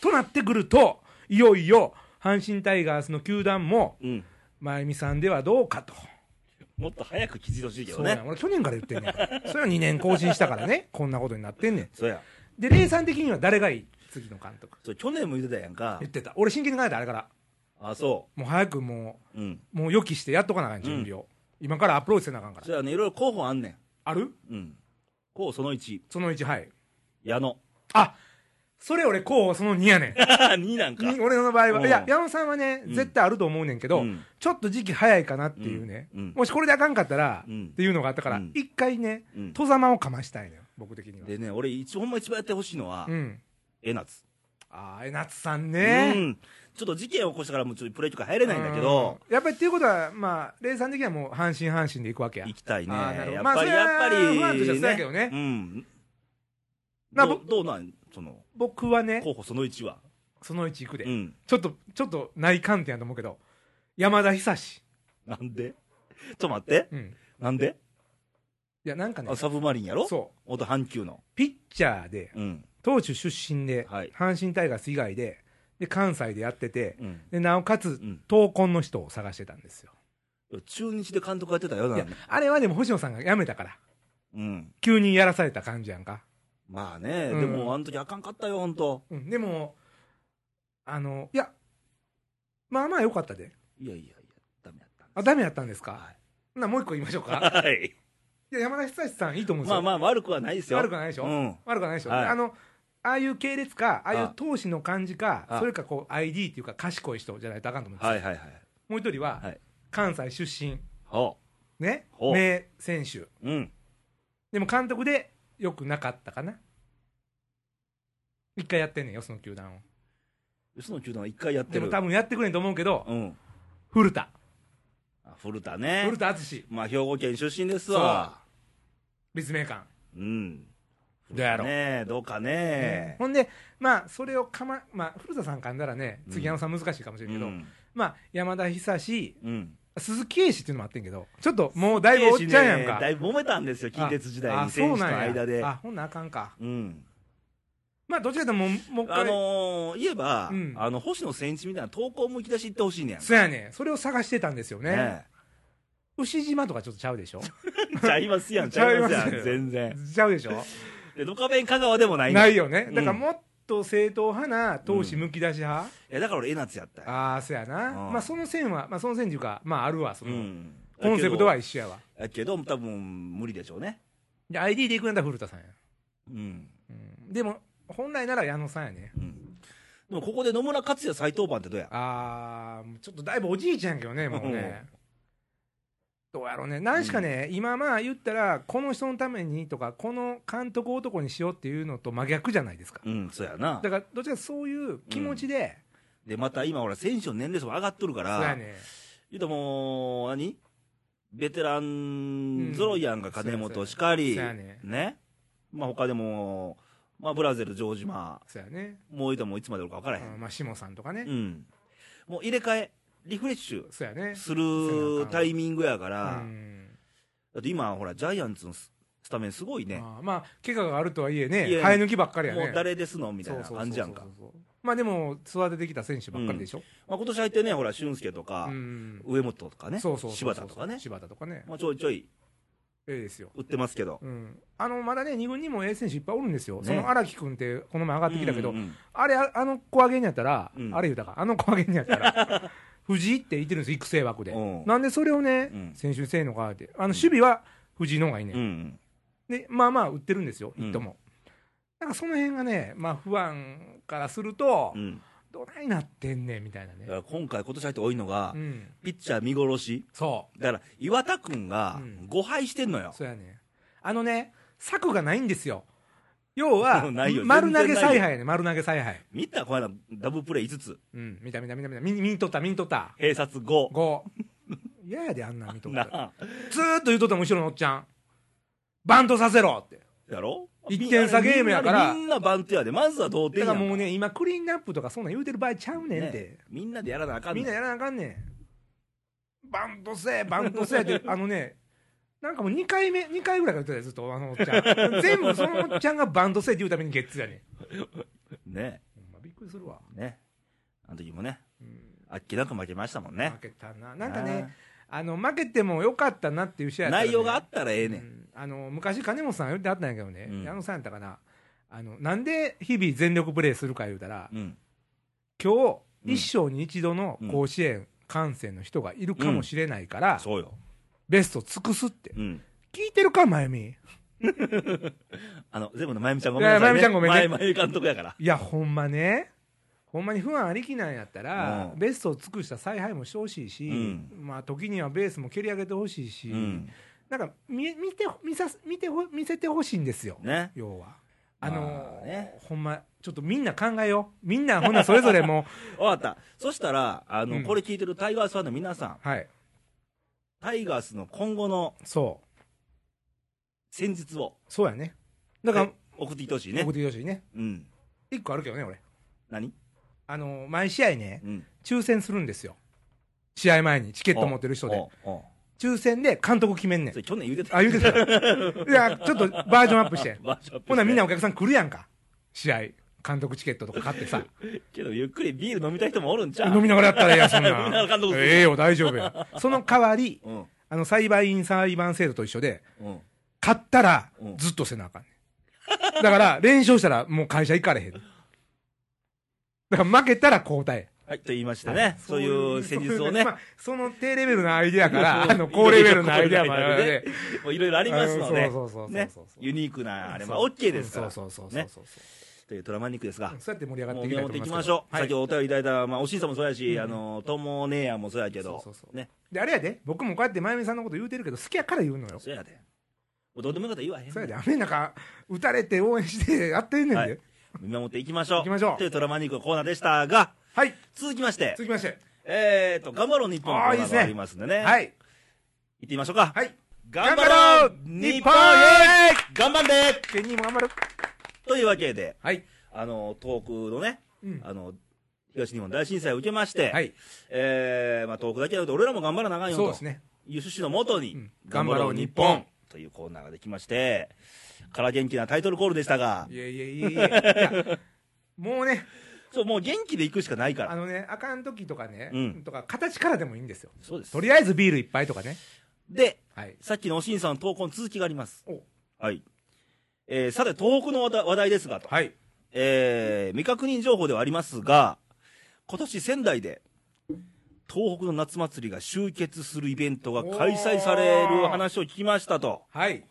Speaker 2: となってくると、いよいよ阪神タイガースの球団も、
Speaker 1: うん。
Speaker 2: 真由美さんではどうかと。
Speaker 1: もっと早く気づいてほしいけ
Speaker 2: そ
Speaker 1: ど
Speaker 2: うなん
Speaker 1: ね。
Speaker 2: 俺去年から言ってんねんそれを2年更新したか らねこんなことになってんねん
Speaker 1: そうや。
Speaker 2: でレイさん的には誰がいい次の監督
Speaker 1: それ去年も言ってたやんか
Speaker 2: 言っ。てた俺真剣に考えたあれから
Speaker 1: あ、そ
Speaker 2: もう早くも
Speaker 1: う。うん。
Speaker 2: うもう予期してやっとかなあかん準備を、今からアプローチせなあかんから
Speaker 1: そやね、いろいろ候補あんね
Speaker 2: ある
Speaker 1: ん。うん。候補その1、
Speaker 2: その1はい
Speaker 1: 矢 野。
Speaker 2: あそれ俺候補その2やねん
Speaker 1: 2なん か。
Speaker 2: に俺の場合
Speaker 1: うん
Speaker 2: はいや矢野さんはね、
Speaker 1: うん
Speaker 2: 絶対あると思うねんけど、
Speaker 1: うん
Speaker 2: ちょっと時期早いかなっていうね、
Speaker 1: うんうん
Speaker 2: もしこれであかんかったら、
Speaker 1: うん
Speaker 2: っていうのがあったから
Speaker 1: うん
Speaker 2: 一、回ね
Speaker 1: うん
Speaker 2: 戸様をかましたいのよ僕的には
Speaker 1: でね、俺一、ほんま一番やってほしいのは
Speaker 2: う、ん
Speaker 1: えなつ。
Speaker 2: ああ江夏さん
Speaker 1: う
Speaker 2: ね、
Speaker 1: ん、ちょっと事件を起こしたからもうちょっとプレーとか入れないんだけど、
Speaker 2: うんやっぱりっていうことはまあレイさん的にはもう阪神阪神でいくわけや
Speaker 1: 行きたいね。
Speaker 2: あーなるほ
Speaker 1: や
Speaker 2: ど
Speaker 1: っぱり、
Speaker 2: まあ
Speaker 1: やっぱ
Speaker 2: それはファンとしては
Speaker 1: り、
Speaker 2: そうやけどね
Speaker 1: うん。
Speaker 2: な
Speaker 1: どうどうなんその、
Speaker 2: 僕はね
Speaker 1: 候補その1は。
Speaker 2: その1行くで、
Speaker 1: うん。
Speaker 2: ちょっとちょっと内観点やと思うけど山田久志、
Speaker 1: なんで ちょっと待って。
Speaker 2: うん、
Speaker 1: なんで
Speaker 2: いやなんかね
Speaker 1: あサブマリンやろ
Speaker 2: そう
Speaker 1: 元阪急の。
Speaker 2: ピッチャーで
Speaker 1: うん。
Speaker 2: 投手出身で、
Speaker 1: はい
Speaker 2: 阪神タイガース以外でで関西でやってて
Speaker 1: うん。
Speaker 2: でなおかつ
Speaker 1: うん
Speaker 2: 闘魂の人を探してたんですよ、
Speaker 1: 中日で監督やってたら嫌
Speaker 2: い
Speaker 1: だ
Speaker 2: や
Speaker 1: な。
Speaker 2: あれはでも星野さんが辞めたから
Speaker 1: うん。
Speaker 2: 急にやらされた感じやんか、
Speaker 1: まあね、
Speaker 2: うん
Speaker 1: でもあの時あかんかったよ、ほんと。
Speaker 2: うん、でもあのいやまあまあ良かったで
Speaker 1: いやいやいや、ダメやったんです
Speaker 2: あ、ダメやったんですか、
Speaker 1: は
Speaker 2: ほなもう一個言いましょう か。
Speaker 1: はい。
Speaker 2: いや山田久志さんいいと思うんです
Speaker 1: まあ
Speaker 2: よ。
Speaker 1: まあ悪くはないですよ。
Speaker 2: 悪くはないでしょ
Speaker 1: うん。
Speaker 2: 悪くはないでしょ。
Speaker 1: はい
Speaker 2: あの、ああいう系列か、ああいう投資の感じか、
Speaker 1: あ
Speaker 2: それかこう ID っていうか賢い人じゃないとあかんと思うんですよ
Speaker 1: はいはいはい。
Speaker 2: もう一人は、
Speaker 1: はい
Speaker 2: 関西出身、
Speaker 1: ほ
Speaker 2: ね、
Speaker 1: ほう
Speaker 2: 名選手。
Speaker 1: う。うん。
Speaker 2: でも監督でよくなかったかな。一回やってんねんよ、その球団を。
Speaker 1: その球団は一回やって
Speaker 2: で
Speaker 1: る。
Speaker 2: も多分やってくれんと思うけど、
Speaker 1: うん。
Speaker 2: 古田。
Speaker 1: あ古田ね。
Speaker 2: 古田敦
Speaker 1: まあ、兵庫県出身ですわ。
Speaker 2: 立命館。
Speaker 1: うん。
Speaker 2: どうやろう
Speaker 1: ねえ、どうかね。
Speaker 2: ほんで、まあ、それをかま、まあ、古田さん噛んだらね、次山さん難しいかもしれ
Speaker 1: うん
Speaker 2: けど、
Speaker 1: ん。
Speaker 2: まあ、山田久志、
Speaker 1: うん。
Speaker 2: 鈴木英志っていうのもあってんけど、ちょっともうだいぶおっちゃんやん
Speaker 1: ね
Speaker 2: か。
Speaker 1: だいぶ揉めたんですよ、近鉄時代に選手との間
Speaker 2: あそうなん
Speaker 1: で
Speaker 2: や。あ、ほんならあかんか。
Speaker 1: うん。
Speaker 2: まあ、どっちらかというともう、もう一回。
Speaker 1: あのー、言えば
Speaker 2: うん、
Speaker 1: あの、星野千一みたいな投稿むき出し行ってほしいねやんか。
Speaker 2: そうやねんそれを探してたんですよね。
Speaker 1: ね
Speaker 2: 牛島とかちょっとちゃうで しょ
Speaker 1: えちゃいますやん、ちゃいますやん、
Speaker 2: ちゃいますよ
Speaker 1: 全然。
Speaker 2: ちゃうでしょ
Speaker 1: で、ドカベン香川でもないねん
Speaker 2: ないいよね。だから
Speaker 1: うん
Speaker 2: もっと正統派な投資むき出し派、
Speaker 1: や、だから俺、えなつやったよ
Speaker 2: ああ、そうやな。
Speaker 1: うん
Speaker 2: まあ、その線は、まあ、その線っていうか、まあ、あるわ、そうの、
Speaker 1: ん。
Speaker 2: コンセプトは一緒やわ。
Speaker 1: だけど、だけど多分、無理でしょうね。
Speaker 2: で、ID で行くんやったら古田さんや。
Speaker 1: うん。
Speaker 2: うんでも、本来なら矢野さんやね。
Speaker 1: うん。でも、ここで野村克也再登板ってどうや
Speaker 2: あー、ちょっとだいぶおじいちゃんやけどね、もうね。どうやろうね。何しかね、今まあ言ったら、この人のためにとか、この監督男にしようっていうのと真逆じゃないですか。
Speaker 1: うん、そうやな
Speaker 2: だ。から、どっちかそういう気持ちで、
Speaker 1: で、また今、ほら、選手の年齢層も上がっとるか
Speaker 2: そうや
Speaker 1: ら、
Speaker 2: ね。
Speaker 1: 言うともう、何ベテランぞろいやんか、
Speaker 2: うん
Speaker 1: 金本しかり、
Speaker 2: そうやね
Speaker 1: ね、まあ他でも、まあ、ブラゼル、城島、
Speaker 2: そうやね。
Speaker 1: もういたもういつまでおるか分からへ
Speaker 2: うん
Speaker 1: ん、
Speaker 2: まあ、下さんとかね
Speaker 1: う。ん、もう入れ替え、リフレッシュ
Speaker 2: そうやね。
Speaker 1: するタイミングやか
Speaker 2: う
Speaker 1: ら、
Speaker 2: ん
Speaker 1: だって今、ほら、ジャイアンツのススタメンすごいね、
Speaker 2: まあまあ、怪我があるとはいえね
Speaker 1: い、や
Speaker 2: 生え抜きばっかりやね。
Speaker 1: もう誰ですのみたい
Speaker 2: そう
Speaker 1: な
Speaker 2: そうそうそう
Speaker 1: 感じやんか、。
Speaker 2: まあでも、育ててきた選手ばっかりでしょ。
Speaker 1: まあ今年入ってね、ほら、俊介と
Speaker 2: う
Speaker 1: か、
Speaker 2: ん。
Speaker 1: 上本とかね、
Speaker 2: そうそうそうそう
Speaker 1: 柴田とかね、
Speaker 2: 柴田とかね。
Speaker 1: まあ、ちょいちょい
Speaker 2: ええですよ。
Speaker 1: 売ってますけど。
Speaker 2: うん。あの、まだね、2軍にもええ選手いっぱいおるんですよ。
Speaker 1: ね
Speaker 2: その荒木君って、この前上がってきたけど
Speaker 1: うんう、ん
Speaker 2: あれ、ああの小上げにやったら、
Speaker 1: うん
Speaker 2: あれ言うたか、あの小上げにやったら、 藤井って言ってるんですよ、育成枠で
Speaker 1: うん。
Speaker 2: なんでそれをね
Speaker 1: うん、
Speaker 2: 選手せえのかって。あの、守備は藤井の方がいいね
Speaker 1: うんう。ん
Speaker 2: で、まあまあ売ってるんですよ、
Speaker 1: うん
Speaker 2: ヒットも。なんかその辺がね、まあ不安からすると、
Speaker 1: うん
Speaker 2: どないなってんねんみたいなね
Speaker 1: だか。ら今回、今年入って多いのが、
Speaker 2: うん。
Speaker 1: ピッチャー見殺し、
Speaker 2: そ
Speaker 1: だから岩田君が
Speaker 2: うん
Speaker 1: 5敗してんの
Speaker 2: う。
Speaker 1: よ、
Speaker 2: そうやね。あのね、策がないんですよ。要は、
Speaker 1: ないよ
Speaker 2: 丸投
Speaker 1: 全然
Speaker 2: げ
Speaker 1: ない
Speaker 2: 采
Speaker 1: よ
Speaker 2: 配やね、丸投げ采配。
Speaker 1: 見た、この間、ダブルプレー5つ、
Speaker 2: うん、見た見た見た見た。見見にとった、見にとった。
Speaker 1: 併殺5、
Speaker 2: 5。嫌 やで、あんなん見とっ
Speaker 1: な
Speaker 2: たら。
Speaker 1: あ、
Speaker 2: ずーっと言うとったもん後ろのおっちゃん。バントさせろって。
Speaker 1: やろ
Speaker 2: 一点差ゲームやから
Speaker 1: みんなバントやで、まずは同
Speaker 2: だ
Speaker 1: 点
Speaker 2: か
Speaker 1: や
Speaker 2: ら
Speaker 1: ん
Speaker 2: もうね、今クリーンナップとかそんなん言うてる場合ちゃうねんって。
Speaker 1: ねみんなでやらなあかんね
Speaker 2: みんなやらなあかんねん。バントせえ、バントせえ って、あのね、なんかもう2回目、2回ぐらいから言ってたよ、ずっと、あのおっ ちゃん。全部そのおっちゃんがバントせえって言うためにゲッツーやねん。
Speaker 1: ね
Speaker 2: ほんまびっくりするわ。
Speaker 1: ね、あの時もね、
Speaker 2: うん
Speaker 1: あっけなく負けましたもんね
Speaker 2: 負、けたな。なんかね、あの、負けてもよかったなっていう試合
Speaker 1: あー
Speaker 2: やったらね
Speaker 1: 内容があったらええ
Speaker 2: う
Speaker 1: ねん、
Speaker 2: んあの、昔金本さん言ってあったんやけどね、
Speaker 1: うん
Speaker 2: あのさんやったかな。あの、なんで日々全力プレーするか言うたら、
Speaker 1: うん、う
Speaker 2: 今
Speaker 1: ん
Speaker 2: 日、一生に一度の甲子園観戦の人がいるかもしれないから、
Speaker 1: そうよ、
Speaker 2: ベスト尽くすって。
Speaker 1: うん、
Speaker 2: 聞いてるか、まゆみ。
Speaker 1: あの全部のまゆみちゃんごめんなさい、
Speaker 2: いやまゆみちゃんごめんね
Speaker 1: 前まゆみ監督やから、
Speaker 2: いや、ほんまね。ほんまに不安ありきなんやったら、
Speaker 1: うん
Speaker 2: ベストを尽くした采配もしてほしいし、
Speaker 1: うん
Speaker 2: まあ、時にはベースも蹴り上げてほしいし、
Speaker 1: うん、
Speaker 2: なんか見見て見さす見てほ見せてほしいんですよ、
Speaker 1: ね、
Speaker 2: 要は。あの
Speaker 1: まあね
Speaker 2: ほんま、ちょっとみんな考えよう。みんな、ほんなそれぞれも
Speaker 1: わかった、そしたら、あの、
Speaker 2: うん
Speaker 1: これ聞いてるタイガースファンの皆さん、
Speaker 2: う、はい、
Speaker 1: タイガースの今後の
Speaker 2: そう、
Speaker 1: 戦術を
Speaker 2: そうやね。だから、
Speaker 1: 送ってきてほしいね
Speaker 2: 僕。でよしいね。
Speaker 1: うん。
Speaker 2: 一個あるけどね、俺。
Speaker 1: 何
Speaker 2: あの毎試合ね、
Speaker 1: うん。
Speaker 2: 抽選するんですよ。試合前に、チケット持ってる人で。抽選で監督決めんねん
Speaker 1: そ。れ去年言うてた。
Speaker 2: あ、言うてた。いや、ちょっとバージョンアップして。
Speaker 1: バージョンアップして
Speaker 2: ほな、みんなお客さん来るやんか。試合。監督チケットとか買ってさ。
Speaker 1: けど、ゆっくりビール飲みたい人もおるんちゃう
Speaker 2: 飲みながらやったらええやん、そん な
Speaker 1: みんな監督
Speaker 2: ん。
Speaker 1: する
Speaker 2: ええよ、大丈夫や。その代わり、
Speaker 1: うん。
Speaker 2: あの、裁判員裁判制度と一緒で、
Speaker 1: うん。
Speaker 2: 買ったら
Speaker 1: うん、
Speaker 2: ずっとせなあかんねん。だから、連勝したら、もう会社行かれへん。だから、負けたら交代。
Speaker 1: はい、と言いましてね。そういう戦術を
Speaker 2: そういう
Speaker 1: ね
Speaker 2: ま。あその低レベルなアイディ アから、あの、高レベルなアイディアま
Speaker 1: いろいろ
Speaker 2: で。
Speaker 1: もういろいろありますの
Speaker 2: あ
Speaker 1: で。
Speaker 2: そうそうそうそうそう
Speaker 1: ね。ユニークな、あれは OK ですから。
Speaker 2: そうそうそうそう
Speaker 1: ね。
Speaker 2: そうそう。
Speaker 1: というトラマニックですが。
Speaker 2: そうやって盛り上がっ
Speaker 1: も
Speaker 2: て
Speaker 1: う
Speaker 2: い
Speaker 1: 見
Speaker 2: きたい
Speaker 1: 守っ
Speaker 2: と
Speaker 1: てい
Speaker 2: 思
Speaker 1: き
Speaker 2: いま
Speaker 1: ますしょう。先
Speaker 2: けどはい
Speaker 1: ほどお便りいただいた、まあ、おしんさんもそうやし、あの、ともねやもそうやけど
Speaker 2: そうそう。そう
Speaker 1: ね。
Speaker 2: であれやで僕もこうやってまゆみさんのこと言うてるけど好きやから言うのよそ
Speaker 1: そうやで。もうどうでもよかったら言わへん。
Speaker 2: うやで雨の中打たれて応援してやってんねんで
Speaker 1: は
Speaker 2: はいい、。
Speaker 1: 見守っていきましょう。
Speaker 2: 行きましょう
Speaker 1: というトラマニックのコーナーでしたが、続きまして、
Speaker 2: 続きまして
Speaker 1: えーと、頑張ろう日本のコーナーがありますんでね。。
Speaker 2: はいい
Speaker 1: 行ってみましょうか。
Speaker 2: はい
Speaker 1: 頑張ろう日本へ頑張んで
Speaker 2: ケニーも頑張る
Speaker 1: というわけで、
Speaker 2: はい
Speaker 1: あの、東北のね、
Speaker 2: うん
Speaker 1: あの、東日本大震災を受けまして、
Speaker 2: はい
Speaker 1: えー、まあ、東北だけじゃなくて、俺らも頑張らなあかんよと。
Speaker 2: そうですね
Speaker 1: いう趣旨のもとに、
Speaker 2: うん
Speaker 1: 頑張ろう日
Speaker 2: 頑張ろう
Speaker 1: 本
Speaker 2: 日
Speaker 1: というコーナーができまして、から元気なタイトルコールでしたが
Speaker 2: い、やいやいやいやいやもうね
Speaker 1: そう、もう元気で行くしかないから
Speaker 2: あ。のねあかん時とかね、
Speaker 1: うん
Speaker 2: とか形からでもいいんですよ
Speaker 1: そうです
Speaker 2: と。りあえずビール一杯とかね
Speaker 1: で、
Speaker 2: はい
Speaker 1: さっきのおしんさんの投稿の続きがあります。
Speaker 2: お
Speaker 1: はい。えーさて、東北の話題話題ですが、と。
Speaker 2: はい
Speaker 1: えー未確認情報ではありますが、今年仙台で、東北の夏祭りが集結するイベントが開催される話を聞きましたと。
Speaker 2: はい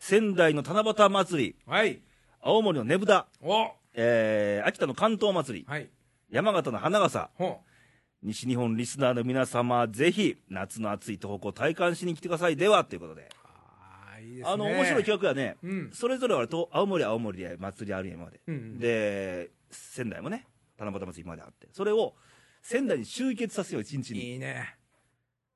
Speaker 1: 仙台の七夕祭り、
Speaker 2: はい
Speaker 1: 青森のねぶた、
Speaker 2: お
Speaker 1: えー秋田の関東祭り、
Speaker 2: はい
Speaker 1: 山形の花笠、
Speaker 2: ほ
Speaker 1: 西日本リスナーの皆様、ぜひ、夏の暑い東北を体感しに来てくださいでは、ということで。
Speaker 2: うあーいいですね
Speaker 1: あの、面白い企画やね。
Speaker 2: うん
Speaker 1: それぞれはと青森は青森で祭りあるやんまで、
Speaker 2: うんうん
Speaker 1: で仙台もね七夕祭りまであってそれを仙台に集結させよう一日に
Speaker 2: いいね。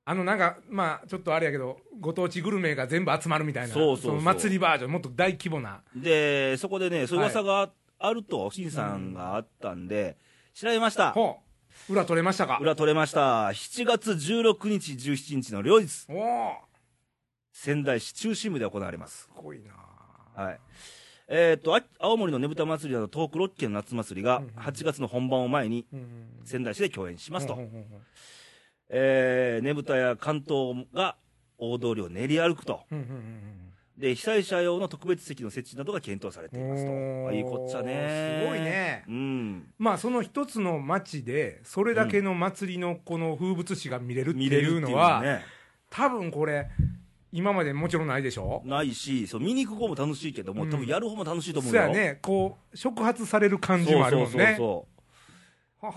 Speaker 2: あのなんか、まあ、ちょっとあれやけど、ご当地グルメが全部集まるみたいな、
Speaker 1: そうそうそう
Speaker 2: の祭りバージョン、もっと大規模な、
Speaker 1: で、そこでね、そういう噂があると、しんさんがあったんで、調べました。
Speaker 2: ほう、裏取れましたか、
Speaker 1: 裏取れました。7月16日、17日の両日、
Speaker 2: おお、
Speaker 1: 仙台市中心部で行われます
Speaker 2: す。ごいな、
Speaker 1: はい。えっ、と、あ青森のねぶた祭りなど東北6県の夏祭りが
Speaker 2: うんうん
Speaker 1: 8月の本番を前に
Speaker 2: うん、
Speaker 1: 仙台市で共演しますと。
Speaker 2: うんうんうん
Speaker 1: えーねぶたや関東が大通りを練り歩くと。
Speaker 2: うんうん
Speaker 1: で、被災者用の特別席の設置などが検討されています
Speaker 2: お
Speaker 1: と。
Speaker 2: ー
Speaker 1: あいいこっちゃね。
Speaker 2: すごいね
Speaker 1: うん。
Speaker 2: まあその一つの町で、それだけの祭りのこの風物詩が見れるって
Speaker 1: 見れる
Speaker 2: い
Speaker 1: っていううの
Speaker 2: の
Speaker 1: は
Speaker 2: は、
Speaker 1: ね。
Speaker 2: 多分これ、今までもちろんないでしょ、
Speaker 1: ないし、そう見に行く方も楽しいけども、
Speaker 2: うん
Speaker 1: 多分やる方も楽しいと思う
Speaker 2: そ
Speaker 1: よ。
Speaker 2: やね、こう、触発される
Speaker 1: そ
Speaker 2: 感
Speaker 1: う
Speaker 2: じもあるもんね。
Speaker 1: そうそうそ
Speaker 2: は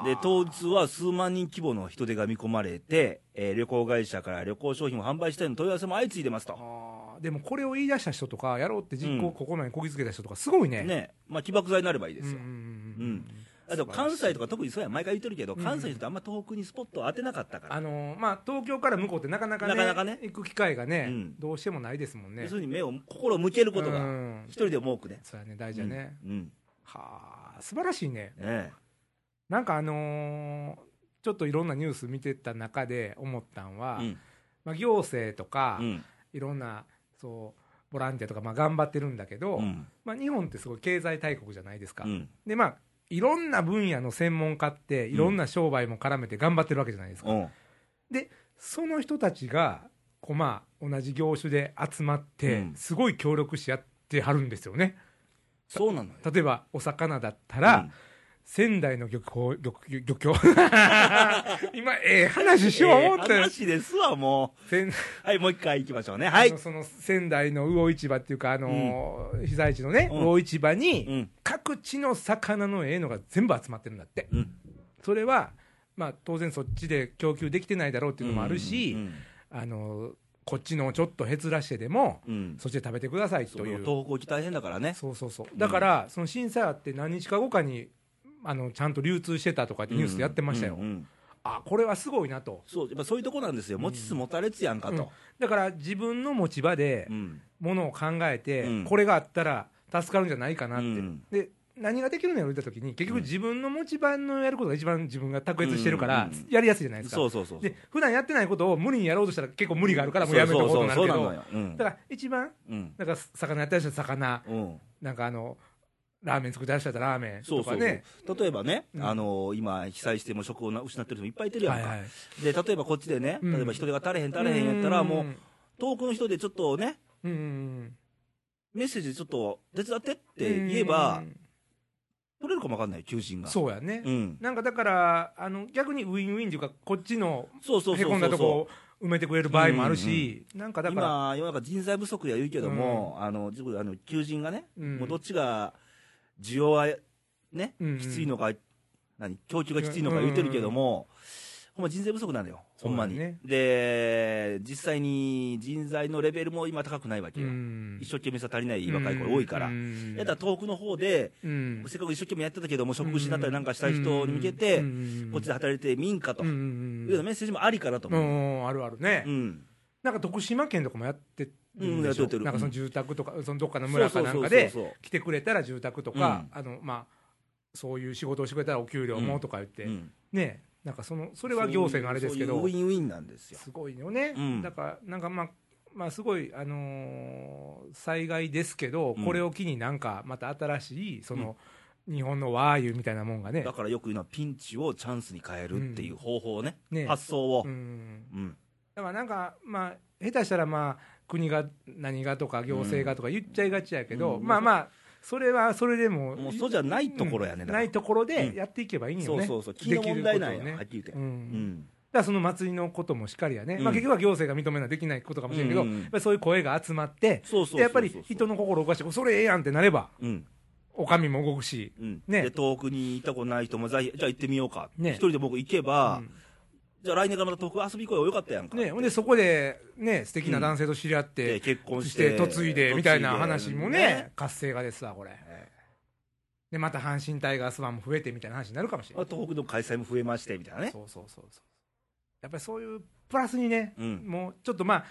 Speaker 2: は
Speaker 1: う。で、当日は数万人規模の人手が見込まれて、えー旅行会社から旅行商品を販売したいの問い合わせも相次いでますと。
Speaker 2: あーでもこれを言い出した人とか、やろうって実行をここまでこぎつけた人とか、すごいね。
Speaker 1: ね。まあ、起爆剤になればいいで
Speaker 2: うん
Speaker 1: す
Speaker 2: うん
Speaker 1: よ。
Speaker 2: うんう
Speaker 1: うん
Speaker 2: ん
Speaker 1: あと、
Speaker 2: 素晴らしい
Speaker 1: 関西とか特にそうや、毎回言ってるけど、
Speaker 2: うん
Speaker 1: 関西の人あんま東北にスポットを当てなかったから。
Speaker 2: あのーまあ、東京から向こうってなかなかね
Speaker 1: なかなかね
Speaker 2: 行く機会がね、
Speaker 1: うん
Speaker 2: どうしてもないですもんね。
Speaker 1: 要するに目を、心を向けること
Speaker 2: う
Speaker 1: が、
Speaker 2: ん
Speaker 1: 一人でも多くね。
Speaker 2: そうやね、大事やね。
Speaker 1: うん。うん
Speaker 2: はあ、素晴らしいね。
Speaker 1: ね
Speaker 2: なんかあのーちょっといろんなニュース見てた中で思ったんは、
Speaker 1: うん
Speaker 2: まあ、行政とか、
Speaker 1: うん
Speaker 2: いろんなそうボランティアとか、まあ、頑張ってるんだけど、
Speaker 1: うん
Speaker 2: まあ、日本ってすごい経済大国じゃないですか。
Speaker 1: うん
Speaker 2: でまあいろんな分野の専門家っていろんな商売も絡めて頑張ってるわけじゃないですか、
Speaker 1: うん
Speaker 2: その人たちがこう、まあ、同じ業種で集まって、
Speaker 1: うん
Speaker 2: すごい協力し合ってはるんですよね
Speaker 1: そうなのよ。
Speaker 2: 例えばお魚だったら、
Speaker 1: うん
Speaker 2: 仙台の漁港漁漁協 今ええ話しよう思って、
Speaker 1: ええ話ですわ、も
Speaker 2: 仙
Speaker 1: う。はい、もう一回行きましょうね。は
Speaker 2: あ
Speaker 1: い
Speaker 2: の。その仙台の魚市場っていうか、あのー被災地のね、
Speaker 1: うん
Speaker 2: 魚市場に、
Speaker 1: うん。
Speaker 2: 各地の魚のええのが全部集まってるんだって
Speaker 1: うん。
Speaker 2: それは、まあ、当然そっちで供給できてないだろうっていうのもあるし、
Speaker 1: うん
Speaker 2: あのこっちのをちょっとへつらしてでも、
Speaker 1: うん。
Speaker 2: そっちで食べてください
Speaker 1: そう
Speaker 2: というそう
Speaker 1: 東北沖大変だからね。
Speaker 2: そうそうだから、その審査あって何日か後かにあのちゃんと流通してたとかってニュースでやってましたよ、
Speaker 1: うんうん
Speaker 2: あこれはすごいなと
Speaker 1: そう、やっぱそういうとこなんですよ。持ちつ持たれつやんかと。
Speaker 2: だから自分の持ち場で
Speaker 1: うん。
Speaker 2: ものを考えて、
Speaker 1: うん
Speaker 2: これがあったら助かるんじゃないかなって、
Speaker 1: うん
Speaker 2: で何ができるのやろ言った時に結
Speaker 1: う
Speaker 2: 局
Speaker 1: ん
Speaker 2: 自分の持ち場のやることが一番自分が卓越してるから、
Speaker 1: うん
Speaker 2: やりやすいじゃないですか
Speaker 1: そうそうそう。
Speaker 2: で普段やってないことを無理にやろうとしたら結構無理があるからもうやめとこうとなる
Speaker 1: そう
Speaker 2: け
Speaker 1: そうそうそうなの
Speaker 2: ど
Speaker 1: よ。うん
Speaker 2: だから一番
Speaker 1: うん。
Speaker 2: なんか魚やってらっしゃる魚
Speaker 1: うん。
Speaker 2: なんかあのラーメン作ってらっしゃったラーメン
Speaker 1: そ
Speaker 2: と
Speaker 1: うそ
Speaker 2: か
Speaker 1: う
Speaker 2: ね
Speaker 1: そう。例えばね、
Speaker 2: うん
Speaker 1: あの、今、被災しても職をな失ってる人もいっぱいいてるや
Speaker 2: は
Speaker 1: ん
Speaker 2: いは
Speaker 1: か。
Speaker 2: い
Speaker 1: で、例えばこっちでね、
Speaker 2: うん
Speaker 1: 例えば人手が足れへん足れへんやったら、もう、遠くの人でちょっとね、
Speaker 2: うんうん
Speaker 1: メッセージでちょっと手伝ってって
Speaker 2: うんうん
Speaker 1: 言えば、取れるかもわかんないよ、求人が。
Speaker 2: そうやね
Speaker 1: うん。
Speaker 2: なんかだからあの逆にウィンウィンというかこっちの
Speaker 1: そうそうそうそう。
Speaker 2: へこんだとこを埋めてくれる場合もあるしなんかだから
Speaker 1: 今、世の中人材不足や言うけども、あの、自分あの求人がね、
Speaker 2: うん
Speaker 1: もうどっちが、需要はね、
Speaker 2: うんうん
Speaker 1: きついのか、何、供給がきついのか言うてるけども、ほんま人材不足なんだよ、ほんまに。
Speaker 2: そうだね
Speaker 1: で、実際に人材のレベルも今高くないわけよ。
Speaker 2: うん
Speaker 1: 一生懸命さ足りない若い子が多いから。
Speaker 2: うん
Speaker 1: やったら遠くの方で、
Speaker 2: うん
Speaker 1: せっかく一生懸命やってたけども、職失ったりなんかした人に向けて、こっちで働いて民家と、
Speaker 2: うん
Speaker 1: いううん
Speaker 2: うん
Speaker 1: ようなメッセージもありかなと
Speaker 2: う
Speaker 1: 思う。
Speaker 2: んうんあるあるね
Speaker 1: うん
Speaker 2: なんか徳島県とかもやってるんでし
Speaker 1: うんやっ
Speaker 2: ょ
Speaker 1: ててる
Speaker 2: なんかその住宅とか、そのどっかの村かなんかで
Speaker 1: そうそうそう
Speaker 2: 来てくれたら住宅とか、あのまあ、そういう仕事をしてくれたらお給料もとか言って、
Speaker 1: そううん
Speaker 2: ねなんかそのそれは行政のあれですけど、
Speaker 1: そういうウィンウィンなんですよ
Speaker 2: すごいよね、
Speaker 1: うん
Speaker 2: だからなんかまあ、まあ、すごい、あのー災害ですけど、
Speaker 1: うん
Speaker 2: これを機になんかまた新しいその、日本の和ーユみたいなもんがね
Speaker 1: だ、からよく言うのはピンチをチャンスに変えるっていう方法ね,、
Speaker 2: うんね
Speaker 1: 発想を
Speaker 2: う、ん、
Speaker 1: うん
Speaker 2: だからなんか、まあ、下手したら、まあ、国が何がとか行政がとか言っちゃいがちやけど、
Speaker 1: うん
Speaker 2: まあまあ、それはそれでも、
Speaker 1: もうそうじゃないところやね、
Speaker 2: う
Speaker 1: だ
Speaker 2: ん
Speaker 1: から
Speaker 2: ないところ
Speaker 1: うん
Speaker 2: でやっていけばいいんよね、
Speaker 1: そうそうそう気の問題なんや、
Speaker 2: できることを
Speaker 1: はっきり言って、
Speaker 2: う
Speaker 1: うんん
Speaker 2: だからその祭りのこともしっかりやね、
Speaker 1: うん
Speaker 2: まあ、結局は行政が認めなできないことかもしれんけど、
Speaker 1: うんうん
Speaker 2: やっぱりそういう声が集まって、
Speaker 1: そうそうそうそう
Speaker 2: でやっぱり人の心を動かして、それええやんってなれば、
Speaker 1: うん
Speaker 2: お上も動くし、
Speaker 1: うん
Speaker 2: ね
Speaker 1: で遠くに行ったことない人もぜひじゃあ行ってみようか、
Speaker 2: ね
Speaker 1: 一人で僕行けば、
Speaker 2: うん
Speaker 1: じゃあ来年からまた東北遊び行こうよよかったやんか、
Speaker 2: ね、ほんでそこで、ね、素敵な男性と知り合って、
Speaker 1: で結婚し
Speaker 2: してて嫁いでみたいな話もね
Speaker 1: ね
Speaker 2: 活性化ですわこれ、
Speaker 1: え
Speaker 2: でまた阪神タイガースファンも増えてみたいな話になるかもしれ
Speaker 1: ま
Speaker 2: な
Speaker 1: あ
Speaker 2: い
Speaker 1: 東北の開催も増えましてみたいなね
Speaker 2: そうそうそうそうやっぱりそういうプラスにね、
Speaker 1: うん
Speaker 2: もうちょっとまあ、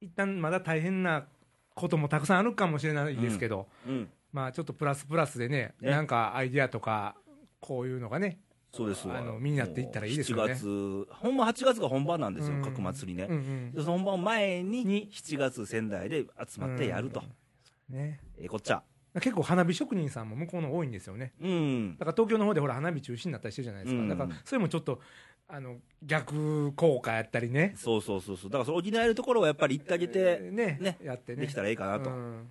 Speaker 2: 一旦まだ大変なこともたくさんあるかもしれないですけど、
Speaker 1: うん。
Speaker 2: まあちょっとプラスプラスでね、
Speaker 1: ね
Speaker 2: なんかアイディアとか、こういうのがね、
Speaker 1: そうですわ。
Speaker 2: あの見になっていったらいいですよね
Speaker 1: もう7月、ほんま8月が本番なんですよ、
Speaker 2: うん
Speaker 1: 各祭りね。
Speaker 2: うんうん
Speaker 1: でその本番前に、7月仙台で集まってやると。
Speaker 2: ね、
Speaker 1: えーこっちゃ。
Speaker 2: 結構花火職人さんも向こうの多いんですよね。
Speaker 1: うん。
Speaker 2: だから東京の方でほら花火中止になったりしてるじゃないですか、
Speaker 1: うん
Speaker 2: だからそれもちょっとあの逆効果やったりね
Speaker 1: そうそうそうそう。だからその補えるところはやっぱり行ってあげて、
Speaker 2: ね
Speaker 1: ね
Speaker 2: やってね
Speaker 1: できたらいいかなと。
Speaker 2: うん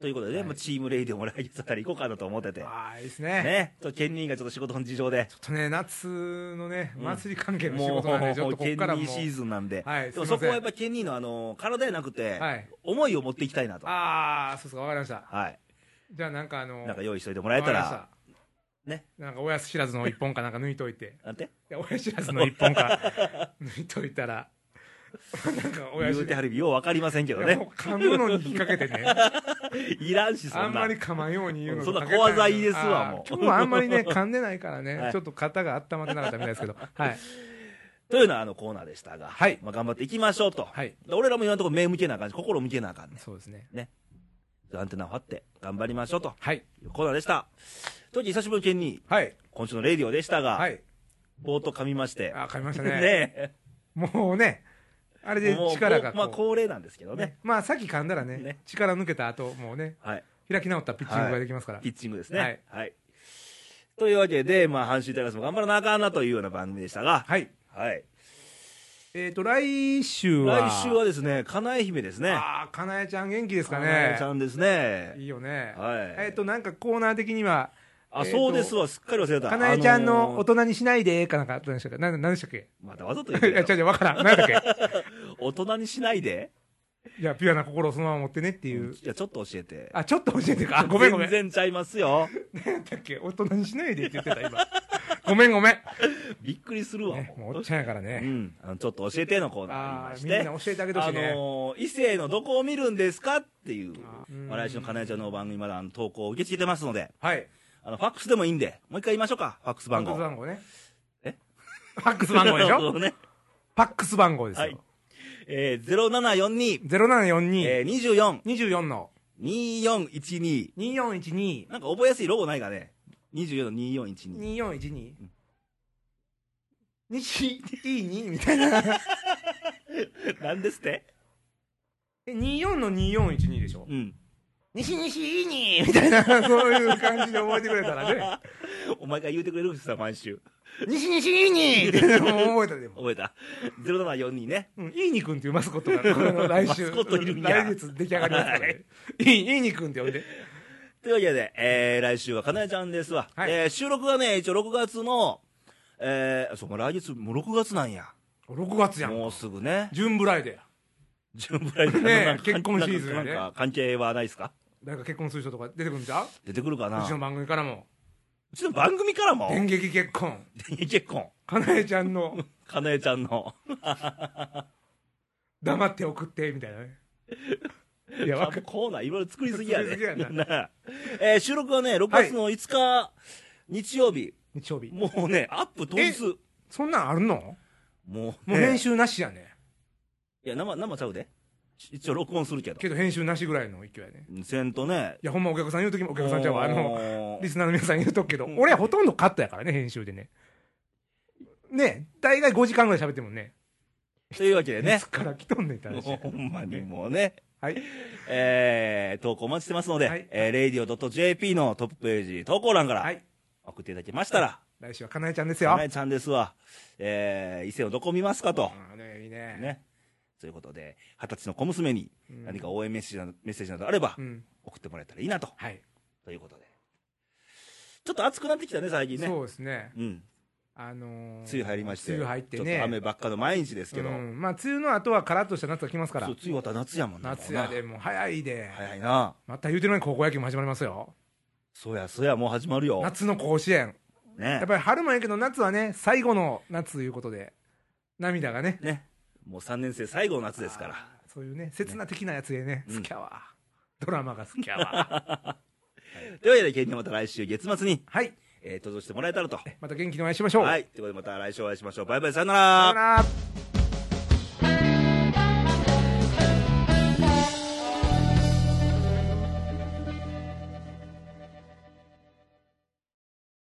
Speaker 1: ということでね、
Speaker 2: はい
Speaker 1: もうチームレイディオも来月あたり行こうかなと思ってて。
Speaker 2: ああいいですね
Speaker 1: ね。ちょっと県人がちょっと仕事の事情で。
Speaker 2: ちょっとね夏のね
Speaker 1: うん
Speaker 2: 祭り関係の仕
Speaker 1: もう、
Speaker 2: 事なんで、ちょっとこ
Speaker 1: 県
Speaker 2: っからも
Speaker 1: 人シーズンなんで。
Speaker 2: はい
Speaker 1: でも
Speaker 2: す
Speaker 1: そ
Speaker 2: いま
Speaker 1: こ
Speaker 2: せん
Speaker 1: はやっぱり県人のあの、体じゃなくて、
Speaker 2: はい
Speaker 1: 思いを持っていきたいなと。
Speaker 2: ああそうですかわかりました
Speaker 1: はい。
Speaker 2: じゃあなんかあの
Speaker 1: なんか
Speaker 2: わ
Speaker 1: 用意しといても
Speaker 2: から
Speaker 1: えた
Speaker 2: りまし
Speaker 1: ら、ね。
Speaker 2: たなんかおやつ知らずの一本かなんか抜いとい て
Speaker 1: なんて
Speaker 2: いやおやつ知らずの一本か 抜いといたらなんかおや
Speaker 1: 言
Speaker 2: つ
Speaker 1: うてはる意味ようわかりませんけど
Speaker 2: いや
Speaker 1: ね
Speaker 2: も。う噛むのに引っ掛けてね
Speaker 1: いらんし、そんな。
Speaker 2: あんまり噛まんように言うの
Speaker 1: そんな
Speaker 2: 避けたい
Speaker 1: 小技いいですわ
Speaker 2: あー
Speaker 1: もう
Speaker 2: 今日はあんまりね、噛んでないからね、
Speaker 1: はい
Speaker 2: ちょっと肩が温まってなかったみたいです けど、はい。
Speaker 1: というようなあのコーナーでしたが、
Speaker 2: はい
Speaker 1: まあ、頑張っていきましょうと。
Speaker 2: はい。
Speaker 1: 俺らも今のところ目向けなあかんし、心向けなあかんね。
Speaker 2: そうですね。
Speaker 1: アンテナを張って頑張りましょうと
Speaker 2: はい。
Speaker 1: いうコーナーでした。とき久しぶりの県に、
Speaker 2: はい。
Speaker 1: 今週のレディオでしたが、
Speaker 2: はい。
Speaker 1: 冒頭噛みまして。
Speaker 2: あ、噛みまし たね。
Speaker 1: ね
Speaker 2: もうね、あれ
Speaker 1: え。
Speaker 2: で
Speaker 1: もう
Speaker 2: 力が
Speaker 1: こうまあ
Speaker 2: こ
Speaker 1: 恒例なんですけど
Speaker 2: う、
Speaker 1: ね
Speaker 2: ね。まあさっき噛んだらね
Speaker 1: ね、
Speaker 2: 力抜けた後、もうね、
Speaker 1: はい。
Speaker 2: 開き直ったピッチングができますから
Speaker 1: ピ。ッチングですね。は
Speaker 2: はいい。
Speaker 1: というわけで、まあ、阪神タイガースも頑張らなあかんなというような番組でしたが、
Speaker 2: はい。
Speaker 1: はい。
Speaker 2: えっと、来週は。
Speaker 1: 来週はですね、金江姫ですね。
Speaker 2: ああ、かなえちゃん元気ですか
Speaker 1: 金江
Speaker 2: ね
Speaker 1: ち。ゃんですね
Speaker 2: い。いよね。
Speaker 1: はい。
Speaker 2: えっと、なんかコーナー的には、
Speaker 1: あ、
Speaker 2: えーと
Speaker 1: そうですわ、すっかり忘れた。
Speaker 2: かなえちゃん
Speaker 1: あ
Speaker 2: の大
Speaker 1: ー
Speaker 2: 人にしないでかなんかあったんでしたっけななんでしたっけ
Speaker 1: またわざと言って
Speaker 2: いや、
Speaker 1: る
Speaker 2: 違う違う、わからん。なんだ っけ
Speaker 1: 大人にしないで
Speaker 2: いや、ピュアな心をそのまま持ってねっていう。
Speaker 1: いや、ちょっと教えて。
Speaker 2: あ、ちょっと教えてか。あごめんごめん。
Speaker 1: 全然ちゃいますよ。
Speaker 2: なんだっけ大人にしないでって言ってた、今。 ごめんごめん。
Speaker 1: びっくりするわ、
Speaker 2: ね、も
Speaker 1: も
Speaker 2: うおっ
Speaker 1: う。
Speaker 2: ちゃんやから
Speaker 1: う
Speaker 2: ね。
Speaker 1: ん。あの、ちょっと教えてのコーナーあ
Speaker 2: あ
Speaker 1: りま
Speaker 2: あ、
Speaker 1: し
Speaker 2: み
Speaker 1: て。
Speaker 2: んな教えてあげてほし
Speaker 1: あ
Speaker 2: いね。
Speaker 1: のー異性のどこを見るんですかっていう
Speaker 2: あ、ー
Speaker 1: まあ来週のかなえちゃんの番組まだあの投稿を受け付けてますので、
Speaker 2: はい。
Speaker 1: あの、ファックスでもいいんで、もう一回言いましょうか、ファックス
Speaker 2: フ
Speaker 1: 番
Speaker 2: ァック
Speaker 1: 号。
Speaker 2: ス番号ね。
Speaker 1: え
Speaker 2: ファックス番号でしょ
Speaker 1: そうね。
Speaker 2: ファックス番号です
Speaker 1: はい
Speaker 2: よ。。
Speaker 1: えー、0742、え
Speaker 2: 0742、
Speaker 1: ー、24、
Speaker 2: 24の
Speaker 1: 2412。
Speaker 2: 2412、
Speaker 1: なんか覚えやすいロゴないかね。24の2412。
Speaker 2: 2412。西、いいにみたいな。
Speaker 1: なんです って
Speaker 2: え24の2412でしょ
Speaker 1: うん。
Speaker 2: 西西いいにみたいな、 そういう感じで覚えてくれたらね。
Speaker 1: お前が言うてくれるんですよ、毎週。
Speaker 2: 西西いいにっていうのも覚えたでも。
Speaker 1: 覚えた。0742ね。
Speaker 2: うん、いいにくんっていうマスコットが、こ の来週、
Speaker 1: マスコットいるんや
Speaker 2: 来月出来上がりますから ね。いい、いいにくんって呼んで。
Speaker 1: というわけで、えー、来週はかなえちゃんですわ。
Speaker 2: はい
Speaker 1: えー、収録がね、一応6月の、えー、そう、もう来月、もう6月なんや。
Speaker 2: 6月やん。
Speaker 1: もうすぐね。
Speaker 2: ジュンブライデーや。
Speaker 1: 順番に
Speaker 2: ねえ
Speaker 1: なんか
Speaker 2: 結婚シーズン
Speaker 1: な
Speaker 2: や
Speaker 1: ん
Speaker 2: ね
Speaker 1: かなんか関係はないですか
Speaker 2: 誰か結婚する人とか出てくるんちゃう
Speaker 1: 出てくるかな
Speaker 2: うちの番組からも。
Speaker 1: うちの番組からも
Speaker 2: 電撃結婚。
Speaker 1: 電撃 結婚。
Speaker 2: かなえちゃんの、
Speaker 1: かなえちゃんの。
Speaker 2: 黙って送って、みたいな ね。いや、わか
Speaker 1: コーナーいろいろ作りすぎやね。
Speaker 2: 作りすぎや
Speaker 1: えー収録はね、6月の5日、日曜日。
Speaker 2: 日曜日。
Speaker 1: もうね、アップ当日。
Speaker 2: そんなんあるの
Speaker 1: もう、
Speaker 2: もう
Speaker 1: ね
Speaker 2: 編。集なしやね。
Speaker 1: いや、生、生ちゃうで。一応録音するけど。
Speaker 2: けど編集なしぐらいの勢いやね。
Speaker 1: せんとね。
Speaker 2: いや、ほんまお客さん言うときも、お客さんちゃうわ。あの、
Speaker 1: の
Speaker 2: リスナーの皆さん言うとくけど、
Speaker 1: うん
Speaker 2: 俺はほとんどカットやからね、編集でね。ね大概5時間ぐらい喋ってるもんね。
Speaker 1: というわけで
Speaker 2: ね。い
Speaker 1: ね
Speaker 2: つ。から来とんねんって話。
Speaker 1: もうほんまにもうね。
Speaker 2: はい。
Speaker 1: えー、投稿お待ちしてますので、
Speaker 2: はい
Speaker 1: えー、radio.jp のトップページ投稿欄から
Speaker 2: はい。
Speaker 1: 送っていただけましたら、
Speaker 2: 来週はかなえちゃんですよ。
Speaker 1: かなえちゃんですわ。えー、伊勢をどこ見ますかと。
Speaker 2: うんねいいね。
Speaker 1: ね。ということで、二十歳の小娘に
Speaker 2: うん
Speaker 1: 何か応援メッセージなど,、メッセージなどあれば
Speaker 2: う、ん。
Speaker 1: 送ってもらえたらいいなと。
Speaker 2: はい。
Speaker 1: ということで。ちょっと暑くなってきたね、最近ね。
Speaker 2: そうですね。
Speaker 1: うん。
Speaker 2: あのー、
Speaker 1: 梅雨入りまして。
Speaker 2: 梅雨入ってね。
Speaker 1: ちょっと雨ばっかの毎日ですけど。
Speaker 2: うん。まあ、梅雨の後はカラッとした夏が来ますから
Speaker 1: そう、梅。雨終わったら夏やもんな。
Speaker 2: 夏やで、もう早いで。
Speaker 1: 早いな。
Speaker 2: また言うてるのに高校野球も始まりますよ。
Speaker 1: そうや、そうや、もう始まるよ。
Speaker 2: 夏の甲子園。や
Speaker 1: ね
Speaker 2: っ。ぱり春もやけど、夏はね、最後の夏ということで、涙がね、
Speaker 1: ね。もう3年生最後の夏ですから。
Speaker 2: あーそういうね刹那的なやつでね
Speaker 1: うん
Speaker 2: 好きやわ、ドラマが好きやわ
Speaker 1: というわけで、ケンにまた来週月末に、
Speaker 2: はい
Speaker 1: えー登場してもらえたらと。
Speaker 2: また元気にお会いしましょう。
Speaker 1: は
Speaker 2: さ
Speaker 1: い。ということでまた来週お会いしましょう。バイバイ、さよな
Speaker 2: よ
Speaker 1: ら
Speaker 2: う。なら。